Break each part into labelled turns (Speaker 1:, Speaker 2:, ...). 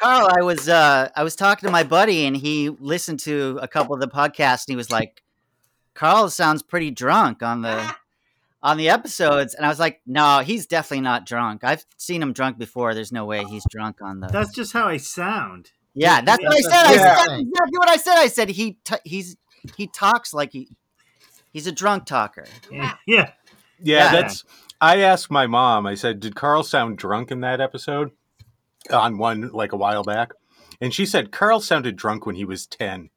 Speaker 1: Carl, I was uh, I was talking to my buddy, and he listened to a couple of the podcasts, and he was like, "Carl sounds pretty drunk on the on the episodes," and I was like, "No, he's definitely not drunk. I've seen him drunk before. There's no way he's drunk on the."
Speaker 2: That's just how I sound.
Speaker 1: yeah, that's what I said. I said that's exactly what I said. I said he t- he's he talks like he he's a drunk talker.
Speaker 2: Yeah.
Speaker 3: Yeah,
Speaker 1: Yeah.
Speaker 3: that's. I asked my mom. I said, "Did Carl sound drunk in that episode?" On one like a while back, and she said Carl sounded drunk when he was ten.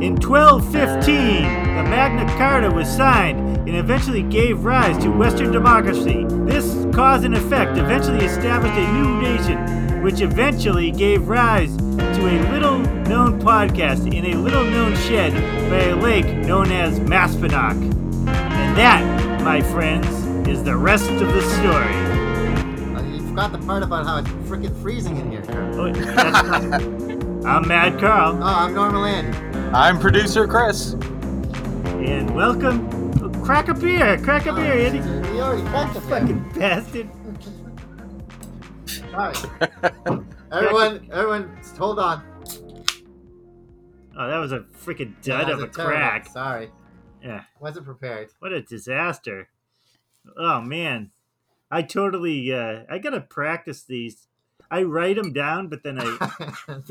Speaker 2: In 1215, the Magna Carta was signed and eventually gave rise to Western democracy. This cause and effect eventually established a new nation, which eventually gave rise to a little known podcast in a little known shed by a lake known as Maspinock. And that, my friends, is the rest of the story.
Speaker 4: Uh, You forgot the part about how it's freaking freezing in here. Kurt.
Speaker 2: Oh, that's- I'm Mad Carl,
Speaker 4: Oh, I'm Normal Andy.
Speaker 3: I'm producer Chris.
Speaker 2: and welcome. Crack a beer, crack a beer, Andy.
Speaker 4: Oh, You already cracked the fucking.
Speaker 2: Fucking bastard.
Speaker 4: Sorry. everyone, everyone, just hold on.
Speaker 2: Oh, that was a freaking
Speaker 4: That
Speaker 2: dud of
Speaker 4: was
Speaker 2: a
Speaker 4: terrible-
Speaker 2: crack.
Speaker 4: Sorry.
Speaker 2: Yeah,
Speaker 4: Wasn't prepared.
Speaker 2: what a disaster. Oh man, I totally. Uh, I gotta practice these. I write them down, but then I.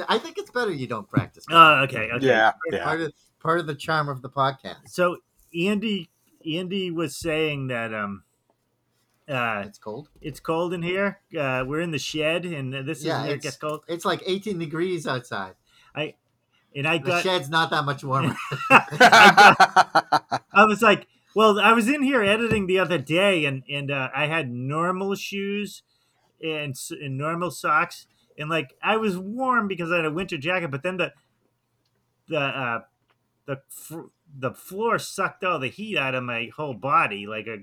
Speaker 4: I think it's better you don't practice.
Speaker 2: oh, okay, okay.
Speaker 3: Yeah, yeah.
Speaker 4: Part of part of the charm of the podcast.
Speaker 2: So Andy, Andy was saying that um, uh,
Speaker 4: It's cold.
Speaker 2: it's cold in here. Uh, we're in the shed, and this
Speaker 4: Yeah,
Speaker 2: is where it
Speaker 4: it's-
Speaker 2: gets cold.
Speaker 4: It's like 18 degrees outside.
Speaker 2: And I
Speaker 4: The
Speaker 2: got.
Speaker 4: shed's not that much warmer.
Speaker 2: I was like, well, I was in here editing the other day, and and uh, I had normal shoes and, s- and normal socks, and like I was warm because I had a winter jacket. But then the the uh, the fr- the floor sucked all the heat out of my whole body, like a,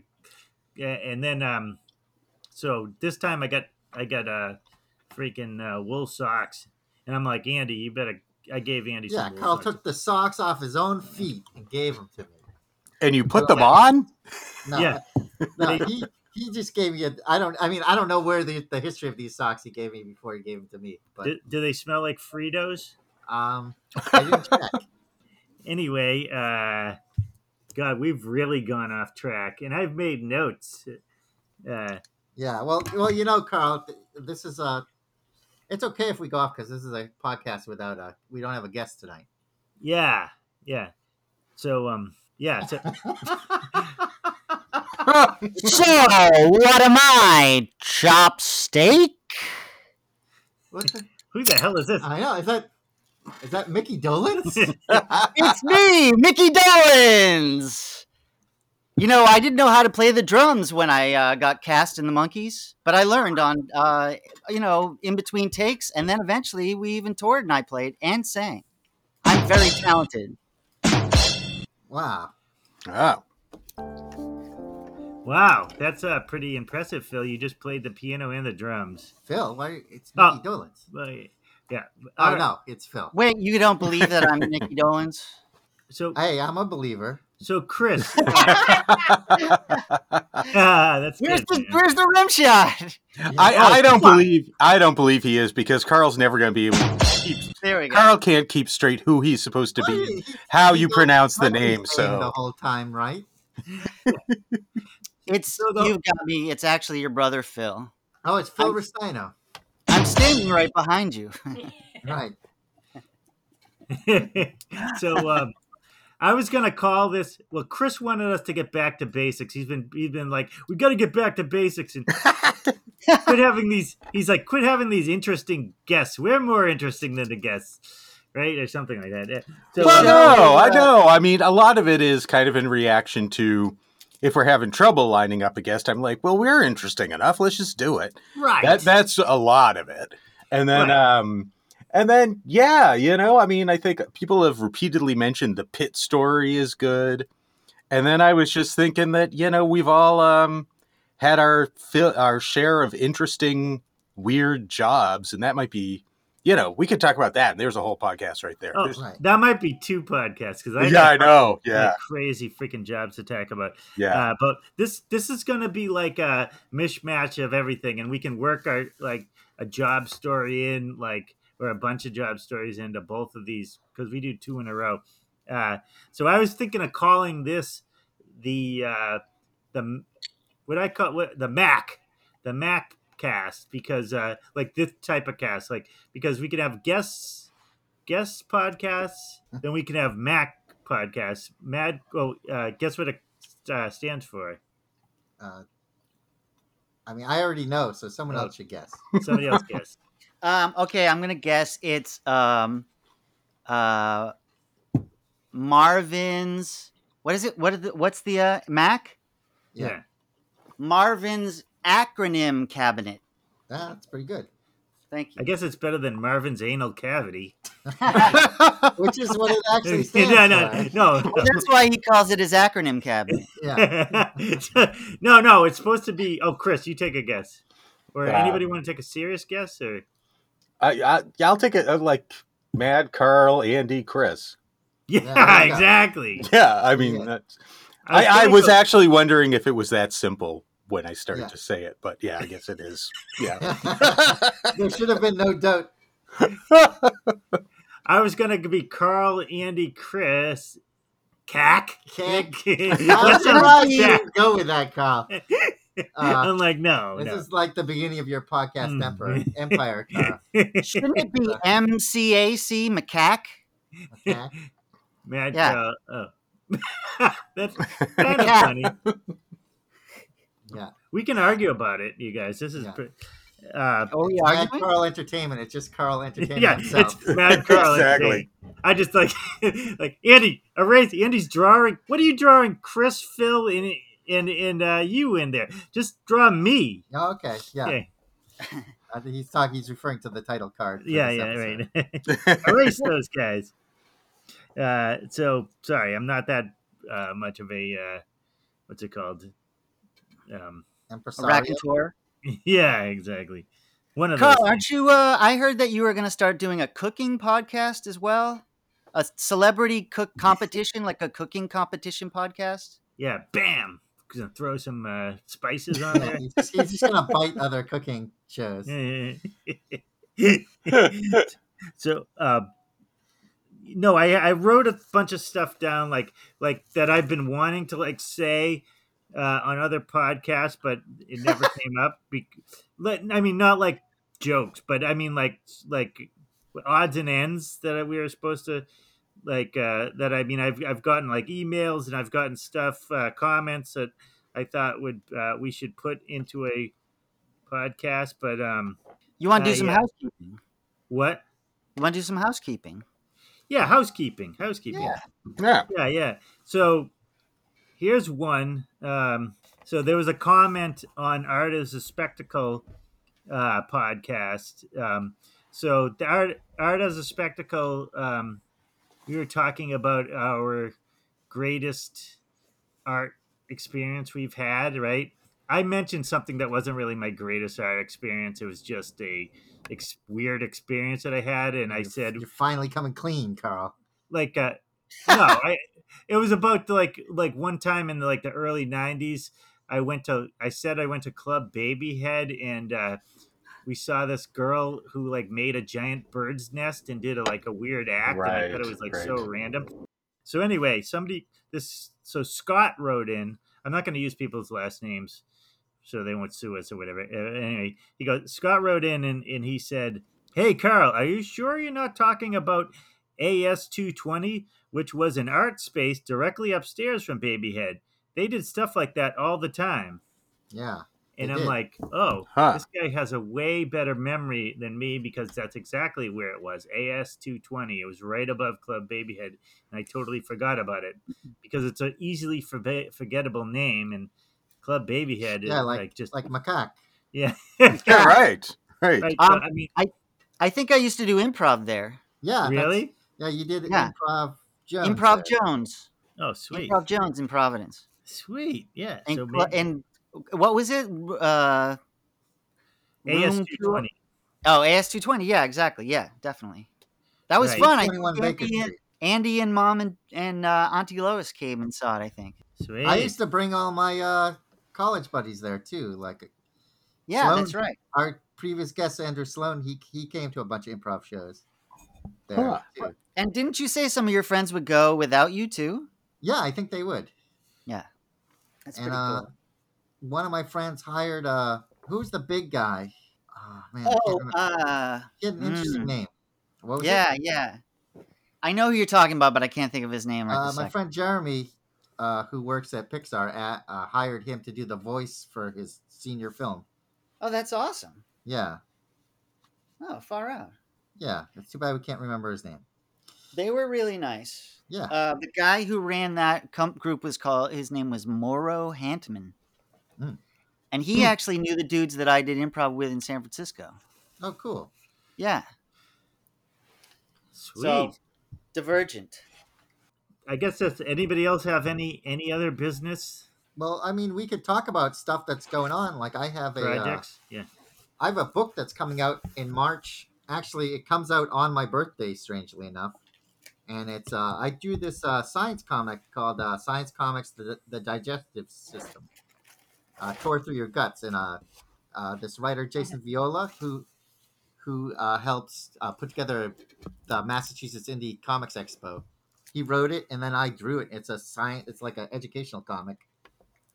Speaker 2: yeah, and then um, so this time I got I got uh freaking uh, wool socks, and I'm like Andy, you better. I gave Andy
Speaker 4: yeah,
Speaker 2: some. wool
Speaker 4: Carl
Speaker 2: socks.
Speaker 4: took the socks off his own feet and gave them to me.
Speaker 3: and you put them on?
Speaker 4: No,
Speaker 2: Yeah.
Speaker 4: no, he he just gave me a. I don't. I mean, I don't know where the, the history of these socks he gave me before he gave them to me. But
Speaker 2: Do, do they smell like Fritos?
Speaker 4: um, I didn't check.
Speaker 2: anyway, uh, God, we've really gone off track, and I've made notes. Uh,
Speaker 4: Yeah, well, well, you know, Carl, th- this is a. It's okay if we go off because this is a podcast without a. We don't have a guest tonight.
Speaker 2: yeah, yeah. So, um, yeah. So,
Speaker 1: So what am I? Chopstick?
Speaker 4: What the-
Speaker 2: who the hell is this?
Speaker 4: I know. Is that is that Mickey Dolenz?
Speaker 1: It's me, Mickey Dolenz. You know, I didn't know how to play the drums when I uh, got cast in the Monkeys, but I learned on, uh, you know, in between takes, and then eventually we even toured and I played and sang. I'm very talented.
Speaker 4: wow.
Speaker 3: Oh,
Speaker 2: Wow, that's uh, pretty impressive, Phil. You just played the piano and the drums.
Speaker 4: Phil, why it's
Speaker 2: Oh.
Speaker 4: Mickey Dolenz?
Speaker 2: Like, yeah.
Speaker 4: Oh
Speaker 2: All right.
Speaker 4: no, it's Phil.
Speaker 1: Wait, you don't believe that I'm Mickey Dolenz?
Speaker 2: So,
Speaker 4: Hey, I'm a believer.
Speaker 2: so Chris. ah, that's
Speaker 1: Where's
Speaker 2: good.
Speaker 1: the
Speaker 2: man.
Speaker 1: Where's the rim shot?
Speaker 3: I, I don't
Speaker 2: come on.
Speaker 3: believe I don't believe he is because Carl's never going to be able. To keep,
Speaker 1: There we go.
Speaker 3: Carl can't keep straight who he's supposed to
Speaker 4: Well,
Speaker 3: be,
Speaker 4: he- he-
Speaker 3: how
Speaker 4: he
Speaker 3: you
Speaker 4: goes
Speaker 3: pronounce the
Speaker 4: country
Speaker 3: name.
Speaker 4: singing the
Speaker 3: So
Speaker 4: whole time, right?
Speaker 1: It's you've got me. It's actually your brother Phil.
Speaker 4: Oh, it's Phil
Speaker 1: I'm-
Speaker 4: Restino.
Speaker 1: I'm standing right behind you.
Speaker 4: Right.
Speaker 2: so um, I was gonna call this. Well, Chris wanted us to get back to basics. He's been he's been like, we got to get back to basics and quit having these. He's like, quit having these interesting guests. We're more interesting than the guests, right, or something like that. Yeah. So,
Speaker 3: well,
Speaker 2: uh,
Speaker 3: no, I know. I mean, a lot of it is kind of in reaction to if we're having trouble lining up a guest. I'm like, well, we're interesting enough. Let's just do it.
Speaker 2: right.
Speaker 3: That that's a lot of it. And then,
Speaker 2: Right.
Speaker 3: um, and then, yeah, you know, I mean, I think people have repeatedly mentioned the pit story is good. And then I was just thinking that you know we've all um, had our fill our share of interesting, weird jobs, and that might be you know, we could talk about that. And there's a whole podcast right there.
Speaker 2: Oh,
Speaker 3: There's-
Speaker 4: Right.
Speaker 2: That might be two podcasts because I
Speaker 3: yeah, I know.
Speaker 2: got,
Speaker 3: Yeah,
Speaker 2: like, crazy freaking jobs to talk about.
Speaker 3: yeah.
Speaker 2: Uh, but this this is going to be like a mishmash of everything, and we can work our like a job story in like or a bunch of job stories into both of these because we do two in a row. Uh, so I was thinking of calling this the uh, the what I call what, the Mac the Mac cast because uh, like this type of cast like because we can have guests guest podcasts then we can have Mac podcasts Mad oh uh, guess what it uh, stands for
Speaker 4: Uh, I mean, I already know, so someone
Speaker 2: Oh.
Speaker 4: else should guess.
Speaker 2: somebody else guess
Speaker 1: Um, okay, I'm gonna guess it's um, uh, Marvin's. What is it? What is the, What's the uh, Mac?
Speaker 2: yeah,
Speaker 4: Yeah,
Speaker 1: Marvin's acronym cabinet.
Speaker 4: that's pretty good.
Speaker 1: Thank
Speaker 2: I
Speaker 1: you.
Speaker 2: guess it's better than Marvin's anal cavity
Speaker 4: Which is what it actually stands
Speaker 2: no no
Speaker 4: for.
Speaker 2: no
Speaker 1: That's why he calls it his acronym cabinet.
Speaker 4: Yeah.
Speaker 2: no no it's supposed to be oh Chris you take a guess
Speaker 4: Uh,
Speaker 2: or
Speaker 3: Um,
Speaker 2: anybody want to take a serious guess or
Speaker 3: I, I, yeah, I'll take it. uh, Like Mad Carl, Andy, Chris.
Speaker 2: yeah,
Speaker 4: there you go.
Speaker 2: exactly
Speaker 3: Yeah, I mean,
Speaker 4: Yeah.
Speaker 3: That's, I, I
Speaker 2: thinking
Speaker 3: was
Speaker 2: so-
Speaker 3: actually wondering if it was that simple when I started
Speaker 4: Yeah.
Speaker 3: to say it, but yeah, I guess it is. Yeah.
Speaker 4: there should have been no doubt.
Speaker 2: I was gonna be Carl Andy Chris Cack
Speaker 4: Cack. I was
Speaker 2: Let's
Speaker 4: surprised you
Speaker 2: Cack.
Speaker 4: didn't go with that, Carl. Uh,
Speaker 2: I'm like no
Speaker 4: this
Speaker 2: Oh, no.
Speaker 4: is like the beginning of your podcast
Speaker 2: Mm.
Speaker 4: emperor, empire, Carl.
Speaker 1: Shouldn't it be MCAC macaque?
Speaker 4: Okay?
Speaker 2: Mad
Speaker 1: Yeah.
Speaker 2: Cow. uh, Oh. That's kind of funny.
Speaker 4: Yeah.
Speaker 2: We can argue about it, you guys. This is.
Speaker 4: Yeah.
Speaker 2: Pre- uh,
Speaker 1: Are we
Speaker 4: Mad
Speaker 1: arguing?
Speaker 4: Carl Entertainment. It's just Carl Entertainment
Speaker 2: yeah,
Speaker 4: himself.
Speaker 2: it's Mad Carl.
Speaker 3: Exactly.
Speaker 2: exactly. I just like, like Andy, erase. Andy's drawing. What are you drawing, Chris, Phil, and and and uh, you in there? Just draw me.
Speaker 4: Oh, okay, yeah.
Speaker 2: Okay.
Speaker 4: I think he's talking. He's referring to the title card. for
Speaker 2: Yeah,
Speaker 4: this
Speaker 2: yeah,
Speaker 4: episode.
Speaker 2: right. erase those guys. Uh, so sorry, I'm not that uh, much of a uh, what's it called? Um,
Speaker 4: Impresario.
Speaker 1: Raconteur.
Speaker 2: Yeah, exactly. One of
Speaker 1: Carl,
Speaker 2: those.
Speaker 1: aren't you? Uh, I heard that you were going to start doing a cooking podcast as well, a celebrity cook competition, like a cooking competition podcast.
Speaker 2: Yeah, bam. Gonna throw some uh, spices on
Speaker 4: Yeah, he's, just, he's just gonna bite other cooking shows.
Speaker 2: there. Mm-hmm. so, uh, no, I I wrote a bunch of stuff down, like like that I've been wanting to like say uh, on other podcasts, but it never came up. Be- let, I mean, not like jokes, but I mean like like odds and ends that we were supposed to like uh that i mean i've i've gotten like emails and i've gotten stuff uh comments that i thought would uh we should put into a podcast but um
Speaker 1: You want to
Speaker 2: Uh,
Speaker 1: do some
Speaker 2: yeah.
Speaker 1: housekeeping?
Speaker 2: what
Speaker 1: You want to do some housekeeping?
Speaker 2: yeah housekeeping housekeeping
Speaker 4: Yeah.
Speaker 3: yeah.
Speaker 2: yeah yeah so here's one um so there was a comment on art is a spectacle uh podcast um so the art art as a spectacle um we were talking about our greatest art experience we've had right i mentioned something that wasn't really my greatest art experience it was just a ex- weird experience that i had and i
Speaker 4: You're-
Speaker 2: said
Speaker 4: "You're finally coming clean, Carl."
Speaker 2: like uh no i it was about like like one time in the, like the early 90s i went to i said i went to club babyhead and uh we saw this girl who like made a giant bird's nest and did a, like a weird act and i thought
Speaker 3: Right,
Speaker 2: it was like so
Speaker 3: right.
Speaker 2: random so anyway somebody this so scott wrote in i'm not going to use people's last names so they won't sue us or whatever Uh, anyway he goes scott wrote in and, and he said hey carl are you sure you're not talking about AS220, which was an art space directly upstairs from Babyhead. They did stuff like that all the time.
Speaker 4: Yeah,
Speaker 2: And
Speaker 4: They
Speaker 2: I'm
Speaker 4: did. Ah.
Speaker 2: like, oh,
Speaker 3: Huh.
Speaker 2: this guy has a way better memory than me because that's exactly where it was AS220. It was right above Club Babyhead. And I totally forgot about it because it's an easily forbe- forgettable name. And Club Babyhead is
Speaker 4: yeah,
Speaker 2: like,
Speaker 4: like
Speaker 2: just,
Speaker 4: like macaque.
Speaker 2: yeah.
Speaker 3: Yeah, right. Right.
Speaker 2: Right,
Speaker 1: Um,
Speaker 2: I mean,
Speaker 1: I think I used to do improv there.
Speaker 4: Yeah, that's-
Speaker 2: really?
Speaker 4: Yeah, you did
Speaker 1: Yeah.
Speaker 4: improv. Jones
Speaker 1: improv
Speaker 4: there.
Speaker 1: Jones,
Speaker 2: Oh, sweet.
Speaker 1: Improv Jones in Providence,
Speaker 2: Sweet. Yeah.
Speaker 1: and
Speaker 2: so
Speaker 1: cl-
Speaker 2: maybe
Speaker 1: and what was it? Uh, room two-
Speaker 2: AS220.
Speaker 1: Oh, AS220. Yeah, exactly. Yeah, definitely. That was
Speaker 2: Right.
Speaker 1: fun. I
Speaker 4: 21
Speaker 1: think
Speaker 4: Baker
Speaker 1: Andy, and,
Speaker 4: Street.
Speaker 1: Andy and mom and, and uh, Auntie Lois came and saw it, I think.
Speaker 2: Sweet.
Speaker 4: I used to bring all my uh, college buddies there too. Like
Speaker 1: Yeah,
Speaker 4: Sloan-
Speaker 1: that's right.
Speaker 4: our previous guest, Andrew Sloan, he he came to a bunch of improv shows. There,
Speaker 3: Huh.
Speaker 4: too.
Speaker 1: And didn't you say some of your friends would go without you too?
Speaker 4: yeah, I think they would.
Speaker 1: That's
Speaker 4: And,
Speaker 1: pretty
Speaker 4: uh,
Speaker 1: cool.
Speaker 4: One of my friends hired uh, who's the big guy? Oh man, I
Speaker 1: Oh,
Speaker 4: can't remember.
Speaker 1: uh,
Speaker 4: He had an interesting
Speaker 1: mm.
Speaker 4: name. What was it?
Speaker 1: yeah, yeah. I know who you're talking about, but I can't think of his name right
Speaker 4: Uh,
Speaker 1: this
Speaker 4: my
Speaker 1: second.
Speaker 4: friend Jeremy, uh, who works at Pixar, at, uh, hired him to do the voice for his senior film.
Speaker 1: Oh, that's awesome.
Speaker 4: Yeah,
Speaker 1: Oh, far out.
Speaker 4: yeah. It's too bad we can't remember his name.
Speaker 1: They were really nice.
Speaker 4: Yeah.
Speaker 1: Uh, the guy who ran that comp group was called. His name was Moro Hantman,
Speaker 2: Hmm.
Speaker 4: Mm.
Speaker 1: and he actually knew the dudes that I did improv with in San Francisco.
Speaker 4: Oh, cool.
Speaker 1: Yeah.
Speaker 2: Sweet.
Speaker 1: So, Divergent.
Speaker 2: I guess that's anybody else have any any other business
Speaker 4: Well, I mean, we could talk about stuff that's going on. Like I have a, uh,
Speaker 2: projects? Yeah.
Speaker 4: I have a book that's coming out in March. Actually, it comes out on my birthday, strangely enough. And it's uh, I do this uh, science comic called uh, Science Comics: The, the Digestive System, uh, tore through your guts, and uh, uh, this writer Jason Viola, who who uh, helps uh, put together the Massachusetts Indie Comics Expo, he wrote it, and then I drew it. It's a science. It's like an educational comic,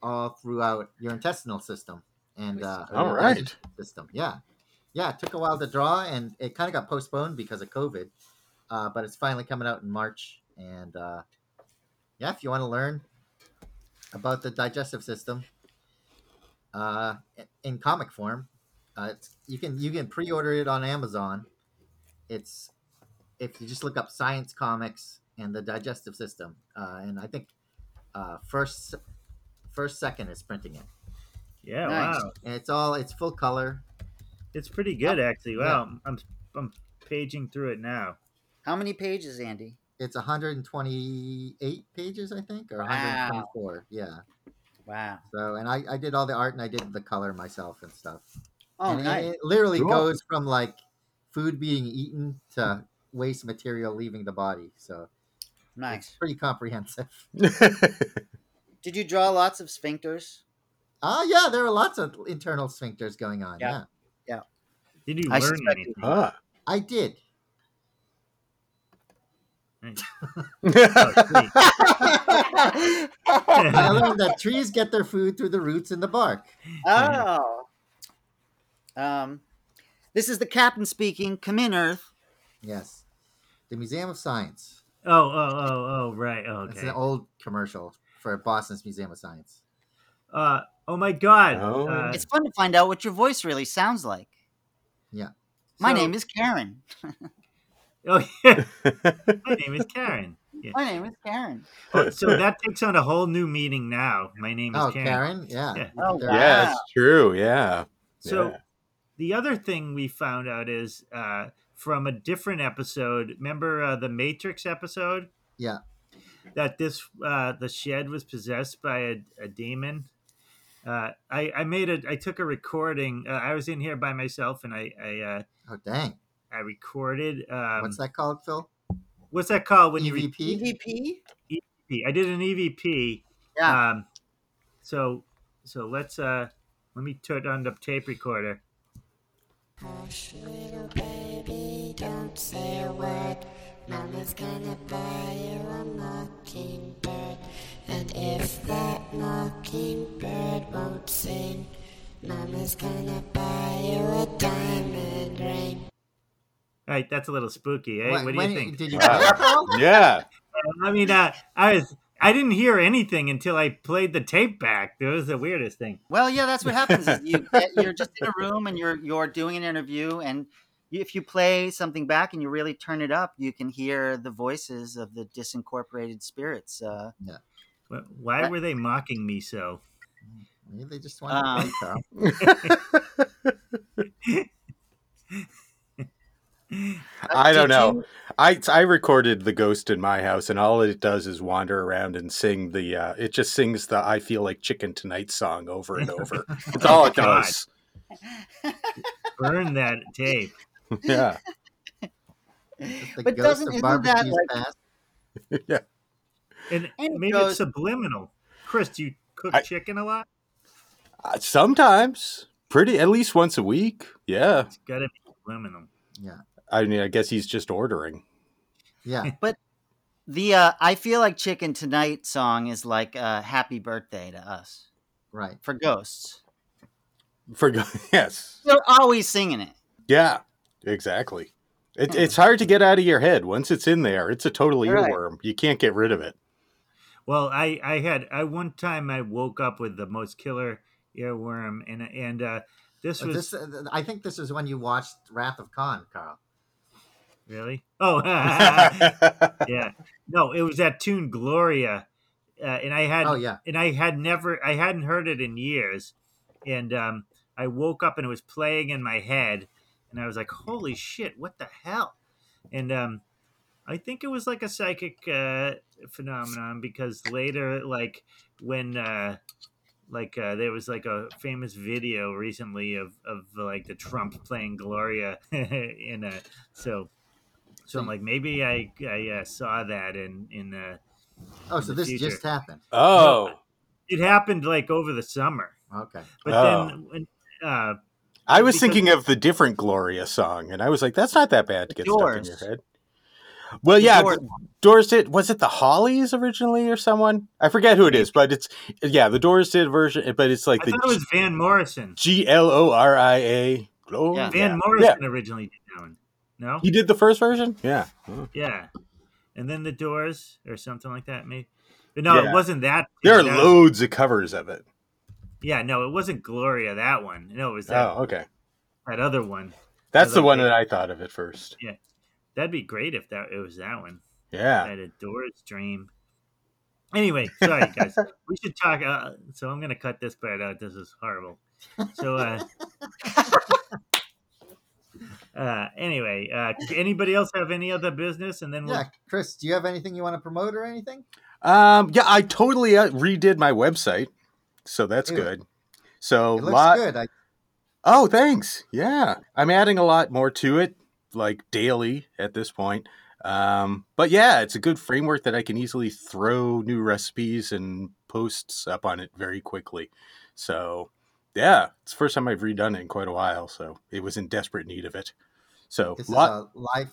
Speaker 4: all throughout your intestinal system and uh,
Speaker 3: All
Speaker 4: your
Speaker 3: right.
Speaker 4: digestive system. Yeah, yeah. It took a while to draw, and it kind of got postponed because of COVID. Uh, but it's finally coming out in March, and uh, yeah, if you want to learn about the digestive system uh, in comic form, uh, it's, you can you can pre-order it on Amazon. It's if you just look up science comics and the digestive system, uh, and I think uh, first first second is printing it,
Speaker 2: Yeah.
Speaker 1: Nice.
Speaker 2: Wow.
Speaker 4: and it's all it's full color.
Speaker 2: It's pretty good actually. Wow. I'm I'm paging through it now.
Speaker 1: How many pages, Andy?
Speaker 4: It's 128 pages, I think, or 124. Yeah.
Speaker 1: Wow.
Speaker 4: So, and I, I did all the art and I did the color myself and stuff.
Speaker 1: Oh,
Speaker 4: and it-
Speaker 1: nice.
Speaker 4: It, literally
Speaker 3: Cool.
Speaker 4: goes from like food being eaten to waste material leaving the body. So it's
Speaker 1: Nice.
Speaker 4: pretty comprehensive.
Speaker 1: Did you draw lots of sphincters?
Speaker 4: Ah, yeah, there are lots of internal sphincters going on.
Speaker 1: Yeah.
Speaker 4: Yeah,
Speaker 2: Did you
Speaker 1: I
Speaker 2: learn
Speaker 1: suspect
Speaker 2: anything?
Speaker 3: Huh.
Speaker 4: I did.
Speaker 2: Oh, sweet.
Speaker 4: I learned that trees get their food through the roots and the bark.
Speaker 1: Oh. Um, this is the captain speaking. Come in, Earth.
Speaker 4: Yes, the Museum of Science.
Speaker 2: oh, oh, oh, oh, right. Oh,
Speaker 4: It's
Speaker 2: okay.
Speaker 4: an old commercial for Boston's Museum of Science.
Speaker 2: Uh, oh my God.
Speaker 3: Oh.
Speaker 2: Uh,
Speaker 1: It's fun to find out what your voice really sounds like. My
Speaker 2: so-
Speaker 1: name is Karen.
Speaker 2: Oh yeah. My name is Karen. Yeah.
Speaker 1: My name is Karen.
Speaker 2: Oh, so that takes on a whole new meaning now. My name is
Speaker 4: Oh,
Speaker 2: Karen.
Speaker 4: Karen, yeah.
Speaker 2: Yeah.
Speaker 1: Oh,
Speaker 4: There-
Speaker 3: yeah, it's true. Yeah.
Speaker 2: So
Speaker 3: Yeah.
Speaker 2: the other thing we found out is uh, from a different episode. Remember uh, the Matrix episode?
Speaker 4: Yeah.
Speaker 2: That this uh, the shed was possessed by a, a demon. Uh, I I made a I took a recording. Uh, I was in here by myself and I I uh,
Speaker 4: Oh, dang.
Speaker 2: I recorded. Um,
Speaker 4: What's that E called, Phil?
Speaker 2: What's that called when you
Speaker 4: EVP?
Speaker 1: EVP?
Speaker 2: repeat? I did an EVP.
Speaker 1: Yeah.
Speaker 2: Um, so so let's uh, let me turn on the tape recorder.
Speaker 5: Hush, little baby, don't say a word. Mama's gonna buy you a mockingbird. And if that mockingbird won't sing, Mama's gonna buy you a diamond ring.
Speaker 2: All right, that's a little spooky. Eh? What, do
Speaker 4: when-
Speaker 2: you think?
Speaker 4: Did you
Speaker 3: Wow.
Speaker 4: play it, Phil?
Speaker 3: yeah.
Speaker 2: I mean, uh, I was I didn't hear anything until I played the tape back. That was the weirdest thing.
Speaker 1: Well, yeah, that's what happens. Is you get, you're just in a room and you're you're doing an interview, and you, if you play something back and you really turn it up, you can hear the voices of the disincorporated spirits. Uh,
Speaker 2: Wh- Why
Speaker 4: Uh,
Speaker 2: were they mocking me so?
Speaker 4: Maybe they just want to play,
Speaker 1: Um,
Speaker 4: Carl.
Speaker 3: I don't
Speaker 1: did
Speaker 3: know.
Speaker 1: you-
Speaker 3: I I recorded the ghost in my house, and all it does is wander around and sing the. Uh, it just sings the "I
Speaker 1: Oh,
Speaker 3: feel like chicken tonight" song over and over. That's all it
Speaker 2: God.
Speaker 3: does.
Speaker 2: burn that tape.
Speaker 3: Yeah.
Speaker 4: The
Speaker 1: But
Speaker 4: ghost
Speaker 1: doesn't-
Speaker 4: of
Speaker 1: isn't that
Speaker 4: barbecue's
Speaker 1: like-
Speaker 4: past.
Speaker 2: And
Speaker 1: And it
Speaker 2: maybe
Speaker 1: goes-
Speaker 2: it's subliminal. Chris, do you cook
Speaker 3: I-
Speaker 2: chicken a lot?
Speaker 3: Uh, Sometimes, pretty at least once a week. Yeah.
Speaker 2: It's gotta be subliminal.
Speaker 3: I mean, I guess he's just ordering.
Speaker 4: Yeah,
Speaker 1: The uh, I feel like chicken tonight song is like uh, happy birthday to us
Speaker 4: right.
Speaker 1: for ghosts.
Speaker 3: For yes.
Speaker 1: They're always singing it.
Speaker 3: Yeah. Exactly. It, it's hard to get out of your head once it's in there. It's a total
Speaker 1: Hmm. You're right.
Speaker 3: earworm. You can't get rid of it.
Speaker 2: Well, I I had I one time I woke up with the most killer earworm, and and uh, this
Speaker 4: But
Speaker 2: was
Speaker 4: This, uh, I think this is when you watched Wrath of Khan, Carl.
Speaker 2: really oh yeah no it was that tune Gloria, uh, and I had
Speaker 4: Oh yeah,
Speaker 2: and I had never I hadn't heard it in years, and um, I woke up and it was playing in my head, and I was like, holy shit, what the hell, and um, I think it was like a psychic uh, phenomenon because later, like when uh, like uh, there was like a famous video recently of of like the Trump playing Gloria in a so. So I'm like maybe I I uh, saw that in in uh,
Speaker 4: Oh,
Speaker 2: in
Speaker 4: so
Speaker 2: the
Speaker 4: this
Speaker 2: future.
Speaker 4: just happened.
Speaker 3: oh,
Speaker 2: it happened like over the summer.
Speaker 4: Okay.
Speaker 2: But
Speaker 3: Oh.
Speaker 2: then, when, uh,
Speaker 3: I was
Speaker 2: Because-
Speaker 3: thinking of the different Gloria song, and I was like, "That's not that bad to get stuck
Speaker 1: Doors.
Speaker 3: in your head." Well, yeah,
Speaker 1: Doors.
Speaker 3: Doors. Doors did. Was it the Hollies originally, or someone? I forget who it is, but it's yeah, the Doors did version. But it's like
Speaker 2: I
Speaker 3: the
Speaker 2: thought it was Van Morrison.
Speaker 3: G L O R I A. Gloria.
Speaker 2: Van
Speaker 3: Yeah.
Speaker 2: Morrison originally did that one. No,
Speaker 3: He did the first version. Yeah.
Speaker 2: yeah, and then the Doors or something like that. Maybe, but no,
Speaker 3: Yeah.
Speaker 2: it wasn't that.
Speaker 3: There are
Speaker 2: that-
Speaker 3: loads of covers of it.
Speaker 2: Yeah, no, it wasn't Gloria that one. No, it was that,
Speaker 3: Oh, okay.
Speaker 2: that other one.
Speaker 3: That's the
Speaker 2: like
Speaker 3: one
Speaker 2: the-
Speaker 3: that I thought of at first.
Speaker 2: That'd be great if that it was that one.
Speaker 3: Yeah.
Speaker 2: That a Doors dream. Anyway, sorry guys, we should talk. Uh, so I'm gonna cut this part out. This is horrible. So. uh Uh, anyway, uh, anybody else have any other business? And then we'll
Speaker 4: Yeah, Chris, do you have anything you want to promote or anything?
Speaker 3: Um. Yeah. I totally uh, redid my website, so that's
Speaker 4: Ew.
Speaker 3: good. So
Speaker 4: It looks
Speaker 3: lot.
Speaker 4: good. I,
Speaker 3: Oh, thanks. Yeah. I'm adding a lot more to it, like daily at this point. Um, but yeah, it's a good framework that I can easily throw new recipes and posts up on it very quickly. So, yeah, it's the first time I've redone it in quite a while. So, it was in desperate need of it. So,
Speaker 4: this
Speaker 3: li-
Speaker 4: is a live.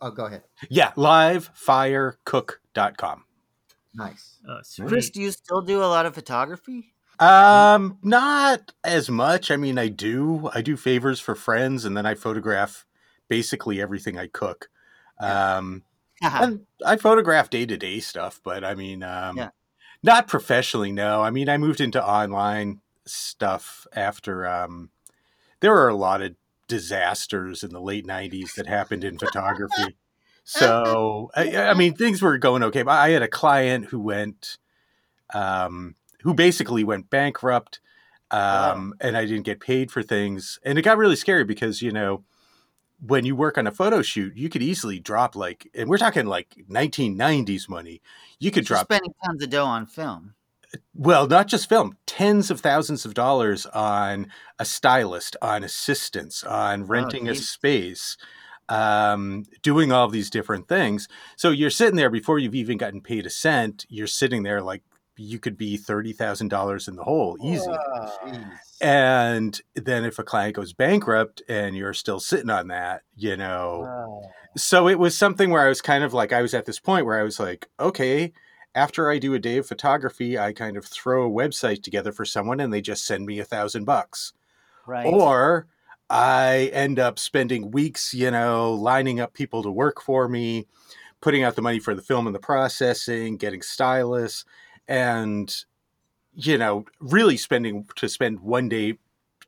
Speaker 4: Oh, go ahead.
Speaker 3: yeah, livefirecook.com.
Speaker 4: Nice.
Speaker 2: Oh,
Speaker 1: Chris,
Speaker 2: sweet.
Speaker 1: do you still do a lot of photography?
Speaker 3: Um, not as much. I mean, I do. I do favors for friends, and then I photograph basically everything I cook. Um, and I photograph day to day stuff, but I mean, um,
Speaker 1: Yeah.
Speaker 3: not professionally. No, I mean, I moved into online stuff after um, there were a lot of disasters in the late '90s that happened in photography. So, I, I mean, things were going okay. But I had a client who went, um, who basically went bankrupt, um, and I didn't get paid for things, and it got really scary because you know when you work on a photo shoot, you could easily drop like, and we're talking like 1990s money. You could
Speaker 1: You're
Speaker 3: drop,
Speaker 1: spending tons of dough on film.
Speaker 3: well, not just film, tens of thousands of dollars on a stylist, on assistants, on renting a
Speaker 1: geez.
Speaker 3: space, um, doing all these different things. So you're sitting there before you've even gotten paid a cent, you're sitting there like you could be $30,000 in the hole easily.
Speaker 4: Jeez.
Speaker 3: And then if a client goes bankrupt and you're still sitting on that, you
Speaker 4: Oh.
Speaker 3: know,
Speaker 1: Uh,
Speaker 3: so it was something where I was kind of like, I was at this point where I was like, okay, after I do a day of photography, I kind of throw a website together for someone and they just send me a thousand bucks.
Speaker 1: Right.
Speaker 4: uh
Speaker 3: Or I end up spending weeks, you know, lining up people to work for me, putting out the money for the film and the processing, getting stylists, and, you know, really spending to spend one day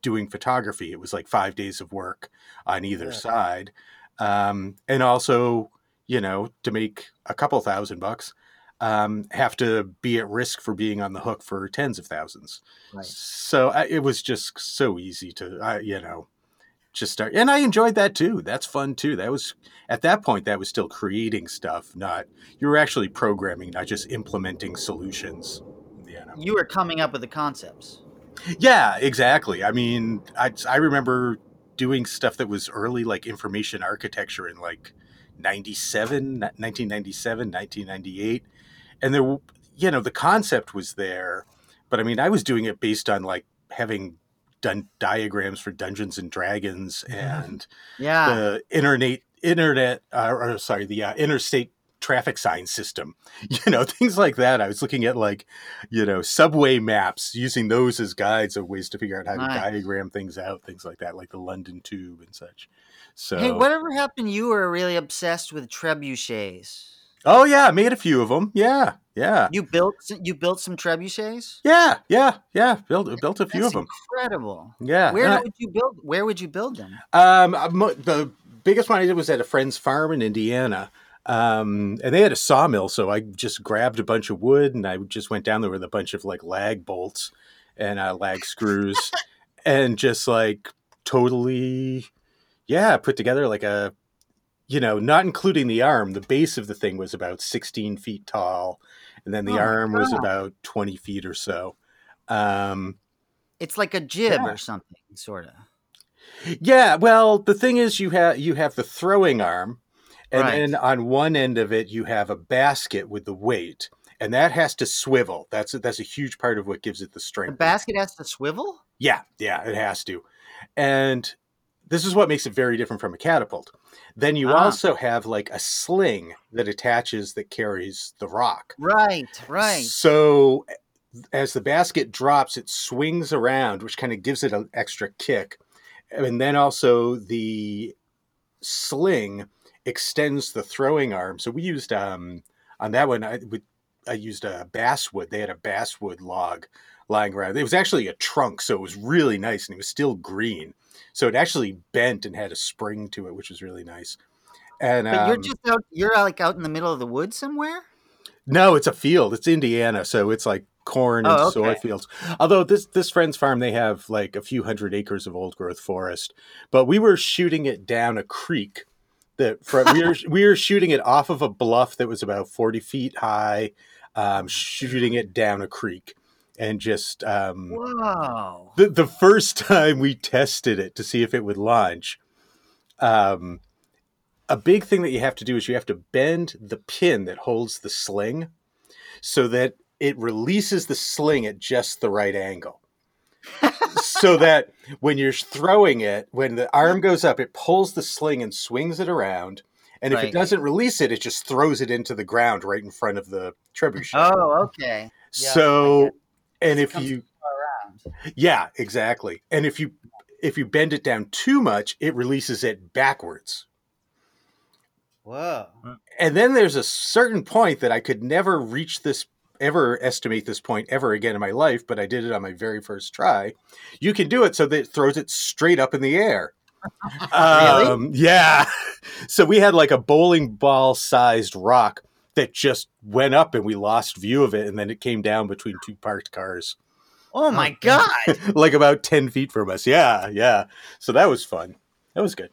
Speaker 3: doing photography. It was like five days of work on either
Speaker 4: Yeah.
Speaker 3: side. Um, and also, you know, to make a couple thousand bucks, um, have to be at risk for being on the hook for tens of thousands.
Speaker 4: Right.
Speaker 3: So I, it was just so easy to, I, you know, just start. And I enjoyed that too. That's fun too. That was at that point that was still creating stuff, not you were actually programming, not just implementing solutions. You know.
Speaker 1: You were coming up with the concepts.
Speaker 3: Yeah, exactly. I mean, I I remember doing stuff that was early, like information architecture in like 97, 1997, 1998. And there, w- you know, the concept was there, but I mean, I was doing it based on like having done diagrams for Dungeons and Dragons
Speaker 2: Yeah.
Speaker 3: and
Speaker 1: Yeah.
Speaker 3: the internet internet uh, or sorry the uh, interstate traffic sign system you know things like that i was looking at like you know subway maps using those as guides of ways to figure out how
Speaker 1: Nice.
Speaker 3: to diagram things out things like that like the london tube and such so
Speaker 1: Hey, whatever happened? You were really obsessed with trebuchets.
Speaker 3: oh yeah i made a few of them yeah yeah
Speaker 1: You built s- you built some trebuchets.
Speaker 3: yeah yeah yeah built built a few
Speaker 1: That's
Speaker 3: of them
Speaker 1: Incredible.
Speaker 3: yeah
Speaker 1: Where
Speaker 3: and I-
Speaker 1: would you build? Where would you build them?
Speaker 3: Um, uh, mo- the biggest one I did was at a friend's farm in Indiana. Um, and they had a sawmill, so I just grabbed a bunch of wood and I just went down there with a bunch of like lag bolts and uh, lag screws and just like totally, yeah, put together like a, you know, not including the arm, the base of the thing was about 16 feet tall. And then the
Speaker 1: Oh my
Speaker 3: arm was
Speaker 1: God.
Speaker 3: about 20 feet or so. Um,
Speaker 1: It's like a jib
Speaker 3: Yeah.
Speaker 1: or something, sort of.
Speaker 3: Yeah, well, the thing is, you have you have the throwing arm, and
Speaker 1: Right.
Speaker 3: then on one end of it you have a basket with the weight, and that has to swivel. That's a, that's a huge part of what gives it the
Speaker 1: The
Speaker 3: strength.
Speaker 1: basket has to swivel.
Speaker 3: yeah, yeah, it has to, and this is what makes it very different from a catapult. Then you
Speaker 1: Ah.
Speaker 3: also have like a sling that attaches that carries the rock.
Speaker 1: Right. Right.
Speaker 3: So as the basket drops, it swings around, which kind of gives it an extra kick. And then also the sling extends the throwing arm. So we used um on that one I with I used a basswood. They had a basswood log lying around. It was actually a trunk, so it was really nice and it was still green. So it actually bent and had a spring to it, which was really nice. And
Speaker 1: But you're
Speaker 3: um,
Speaker 1: just out. You're uh, like out in the middle of the woods somewhere.
Speaker 3: No, it's a field. It's Indiana, so it's like corn and
Speaker 1: Oh, okay.
Speaker 3: soy fields. Although this this friend's farm, they have like a few hundred acres of old growth forest. But we were shooting it down a creek that from, we were we were shooting it off of a bluff that was about forty feet high, um, shooting it down a creek, and just um,
Speaker 1: Whoa.
Speaker 3: the, the first time we tested it to see if it would launch, um, a big thing that you have to do is you have to bend the pin that holds the sling so that it releases the sling at just the right angle. so that when you're throwing it, when the arm goes up, it pulls the sling and swings it around. And if
Speaker 1: Right.
Speaker 3: it doesn't release it, it just throws it into the ground right in front of the trebuchet.
Speaker 1: Oh, okay. yeah, I
Speaker 3: so, and
Speaker 1: It
Speaker 3: if
Speaker 1: comes
Speaker 3: you
Speaker 1: Around.
Speaker 3: yeah, exactly. And if you if you bend it down too much, it releases it backwards.
Speaker 1: Whoa. Oh
Speaker 3: And then there's a certain point that I could never reach this ever estimate this point ever again in my life, but I did it on my very first try. You can do it so that it throws it straight up in the air. Um, yeah. So we had like a bowling ball sized rock that just went up and we lost view of it and then it came down between two parked cars
Speaker 1: Oh my
Speaker 4: God.
Speaker 1: god.
Speaker 3: like about 10 feet from us. Yeah, yeah. So that was fun. That was good.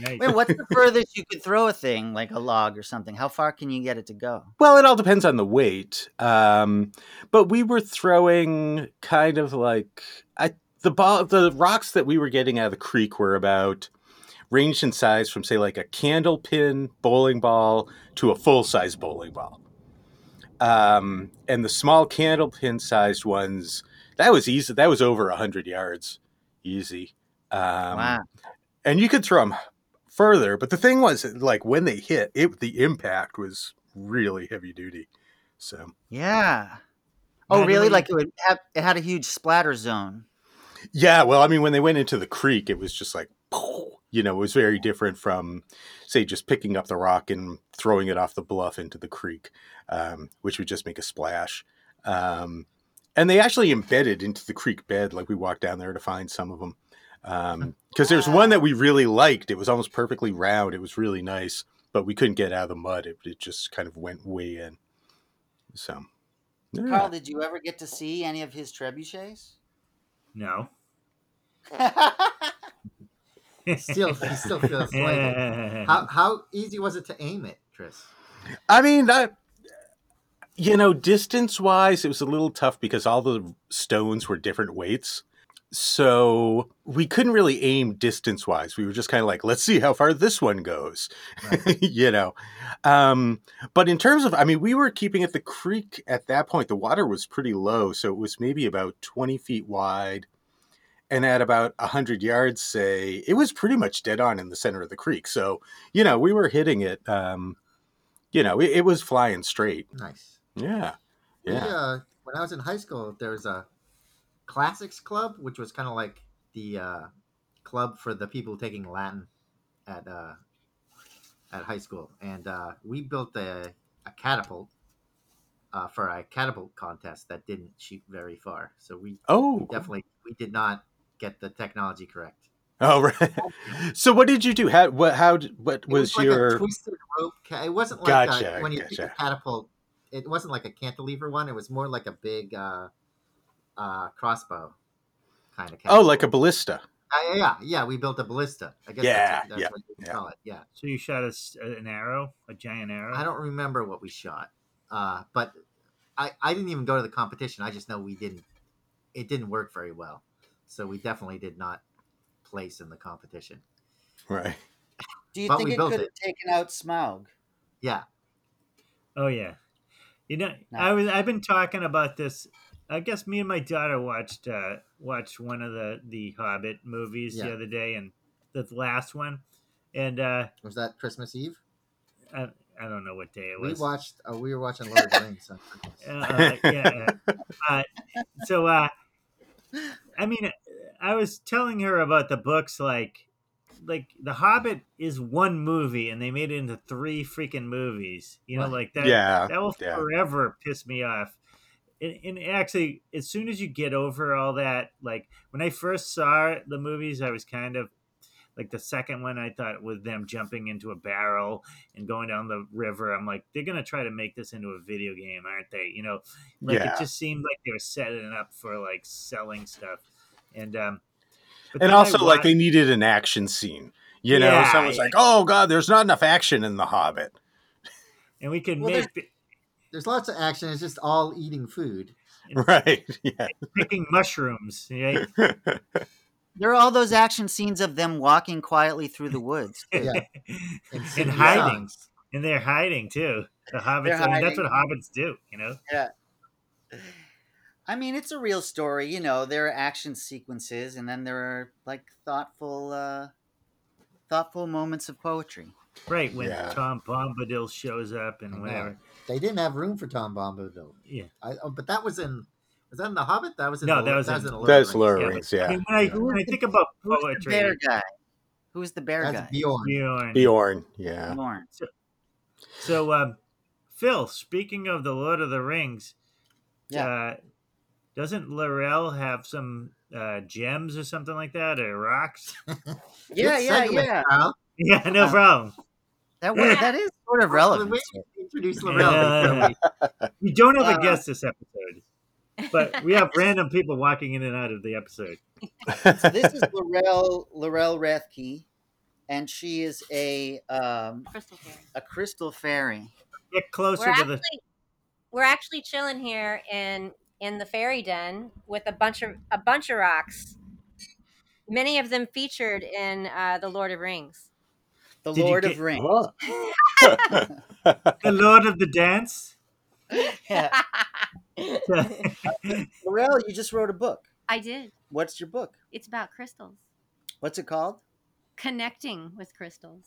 Speaker 2: Nice.
Speaker 1: Wait, what's the furthest you could throw a thing like a log or something? How far can you get it to go?
Speaker 3: Well, it all depends on the weight. Um, but we were throwing kind of like I, the ball, the rocks that we were getting out of the creek were about ranged in size from say like a candle pin bowling ball to a full size bowling ball. Um, and the small candle pin sized ones that was easy. That was over hundred yards, easy. Um,
Speaker 1: wow.
Speaker 3: and you could throw them further but the thing was like when they hit it the impact was really heavy duty so
Speaker 1: Yeah. Oh,
Speaker 2: Now, do
Speaker 1: really?
Speaker 2: we-
Speaker 1: Like it would have, it had a huge splatter zone.
Speaker 3: yeah well i mean when they went into the creek it was just like "Pow!" you know it was very different from say just picking up the rock and throwing it off the bluff into the creek um, which would just make a splash um, and they actually embedded into the creek bed like we walked down there to find some of them because there's one that we really liked it was almost perfectly round it was really nice but we couldn't get out of the mud it, it just kind of went way in so yeah.
Speaker 1: Carl, did you ever get to see any of his trebuchets?
Speaker 2: no.
Speaker 4: Still, he still feels slighted. How, how easy was it to aim it, Chris?
Speaker 3: I mean, I, you know, distance wise, it was a little tough because all the stones were different weights. So we couldn't really aim distance wise. We were just kind of like, let's see how far this one goes, you know. Um, but in terms of, I mean, we were keeping at the creek at that point. The water was pretty low, so it was maybe about 20 feet wide. And at about 100 yards, say, it was pretty much dead on in the center of the creek. So, you know, we were hitting it, um, you know, it, it was flying straight.
Speaker 4: Nice.
Speaker 3: Yeah.
Speaker 4: We,
Speaker 3: Yeah.
Speaker 4: uh, when I was in high school, there was a classics club, which was kind of like the uh, club for the people taking Latin at uh, at high school, and uh, we built a, a catapult uh, for a catapult contest that didn't shoot very far. So we
Speaker 3: Oh,
Speaker 4: definitely we did not get the technology correct.
Speaker 3: Oh right. So what did you do? How what how d- what
Speaker 4: It
Speaker 3: was,
Speaker 4: like a
Speaker 3: your
Speaker 4: twisted rope? Ca- it wasn't like
Speaker 3: Gotcha,
Speaker 4: a, when you take
Speaker 3: gotcha.
Speaker 4: a catapult. It wasn't like a cantilever one. It was more like a big uh, uh, crossbow kind of.
Speaker 3: Oh
Speaker 4: Catapult.
Speaker 3: like a ballista.
Speaker 4: yeah, yeah, yeah. We built a ballista. I guess
Speaker 3: Yeah,
Speaker 4: that's, what- that's
Speaker 3: yeah,
Speaker 4: what you
Speaker 3: yeah.
Speaker 4: call it. Yeah,
Speaker 2: So you shot a s an arrow, a giant arrow.
Speaker 4: I don't remember what we shot, uh, but I I didn't even go to the competition. I just know we didn't. It didn't work very well, so we definitely did not place in the competition.
Speaker 3: Right.
Speaker 1: Do you
Speaker 4: But
Speaker 1: think
Speaker 4: we
Speaker 1: it
Speaker 4: built
Speaker 1: could have
Speaker 4: it.
Speaker 1: taken out Smaug?
Speaker 4: Yeah,
Speaker 2: Oh yeah, you know
Speaker 1: No.
Speaker 2: I was I've been talking about this. I guess me and my daughter watched uh, watched one of the the Hobbit movies the
Speaker 4: Yeah.
Speaker 2: other day, and the last one, and uh,
Speaker 4: was that Christmas Eve?
Speaker 2: I, I don't know what day it
Speaker 4: We
Speaker 2: was.
Speaker 4: watched. Uh, we were watching Lord of the Rings. on Christmas.
Speaker 2: uh, yeah. Uh, so, uh, I mean, I was telling her about the books, like, like The Hobbit is one movie, and they made it into three freaking movies. You know,
Speaker 4: Right.
Speaker 2: like that.
Speaker 3: yeah.
Speaker 2: that will
Speaker 3: yeah.
Speaker 2: forever piss me off. And, and actually, as soon as you get over all that, like when I first saw the movies, I was kind of like the second one. I thought with them jumping into a barrel and going down the river, I'm like, they're gonna try to make this into a video game, aren't they? You know, like
Speaker 3: Yeah.
Speaker 2: it just seemed like they were setting it up for like selling stuff, and um, but
Speaker 3: And
Speaker 2: then I
Speaker 3: also like
Speaker 2: watched-
Speaker 3: they needed an action scene. You know,
Speaker 2: Yeah,
Speaker 3: someone's
Speaker 2: yeah.
Speaker 3: like, "Oh God, there's not enough action in The Hobbit."
Speaker 2: and we could
Speaker 1: Well,
Speaker 2: make
Speaker 4: There's lots of action. It's just all eating food.
Speaker 3: Right? Yeah.
Speaker 2: picking mushrooms, right?
Speaker 1: There are all those action scenes of them walking quietly through the woods.
Speaker 4: Yeah.
Speaker 2: and
Speaker 4: singing
Speaker 2: hiding.
Speaker 4: songs.
Speaker 2: And they're hiding too. The
Speaker 1: They're
Speaker 2: hobbits. I mean, that's what hobbits do, you know.
Speaker 1: I mean, it's a real story, you know. There are action sequences, and then there are like thoughtful, uh, thoughtful moments of poetry.
Speaker 2: Right when
Speaker 3: Yeah.
Speaker 2: Tom Bombadil shows up
Speaker 4: I
Speaker 2: and
Speaker 4: know.
Speaker 2: whatever.
Speaker 4: They didn't have room for Tom Bombadil.
Speaker 2: Yeah.
Speaker 4: I, oh, but that was in. Was that in The Hobbit? That was in.
Speaker 2: No,
Speaker 4: the,
Speaker 2: that was in-
Speaker 4: in the Lord
Speaker 3: That's
Speaker 4: of the Rings.
Speaker 3: Lord
Speaker 2: Yeah,
Speaker 3: of
Speaker 2: but-
Speaker 3: Rings,
Speaker 2: I
Speaker 3: yeah.
Speaker 2: mean, when I
Speaker 4: Yeah.
Speaker 2: when I think about
Speaker 1: Who's the bear
Speaker 2: poetry,
Speaker 1: guy? Who's the bear
Speaker 4: That's
Speaker 1: guy?
Speaker 4: Bjorn.
Speaker 2: Bjorn.
Speaker 3: Bjorn, yeah.
Speaker 1: Bjorn.
Speaker 2: So, um, Phil, speaking of the Lord of the Rings,
Speaker 1: Yeah.
Speaker 2: uh, doesn't Laurel have some uh, gems or something like that or rocks?
Speaker 1: Yeah,
Speaker 4: Good
Speaker 1: yeah,
Speaker 4: segue,
Speaker 1: yeah.
Speaker 4: Carl.
Speaker 2: yeah, no
Speaker 1: Uh,
Speaker 2: problem.
Speaker 1: That wa- that is sort of relevant.
Speaker 4: Wait, Introduce Laurel.
Speaker 2: Yeah. Uh, we don't have a
Speaker 1: Uh,
Speaker 2: guest this episode, but we have random people walking in and out of the episode.
Speaker 1: this is Laurel Laurel Rathke, and she is a um,
Speaker 6: crystal fairy.
Speaker 1: a crystal fairy.
Speaker 2: Get closer
Speaker 6: We're
Speaker 2: to
Speaker 6: actually
Speaker 2: the
Speaker 6: we're actually chilling here in in the fairy den with a bunch of a bunch of rocks. Many of them featured in uh, the Lord of Rings.
Speaker 1: The
Speaker 2: Did you
Speaker 1: Lord
Speaker 2: get-
Speaker 1: of Rings.
Speaker 3: Oh.
Speaker 2: the Lord of the Dance.
Speaker 1: Yeah. Laurel, you just wrote a book.
Speaker 6: I did.
Speaker 1: What's your book?
Speaker 6: It's about crystals,
Speaker 1: What's it called?
Speaker 6: connecting with crystals.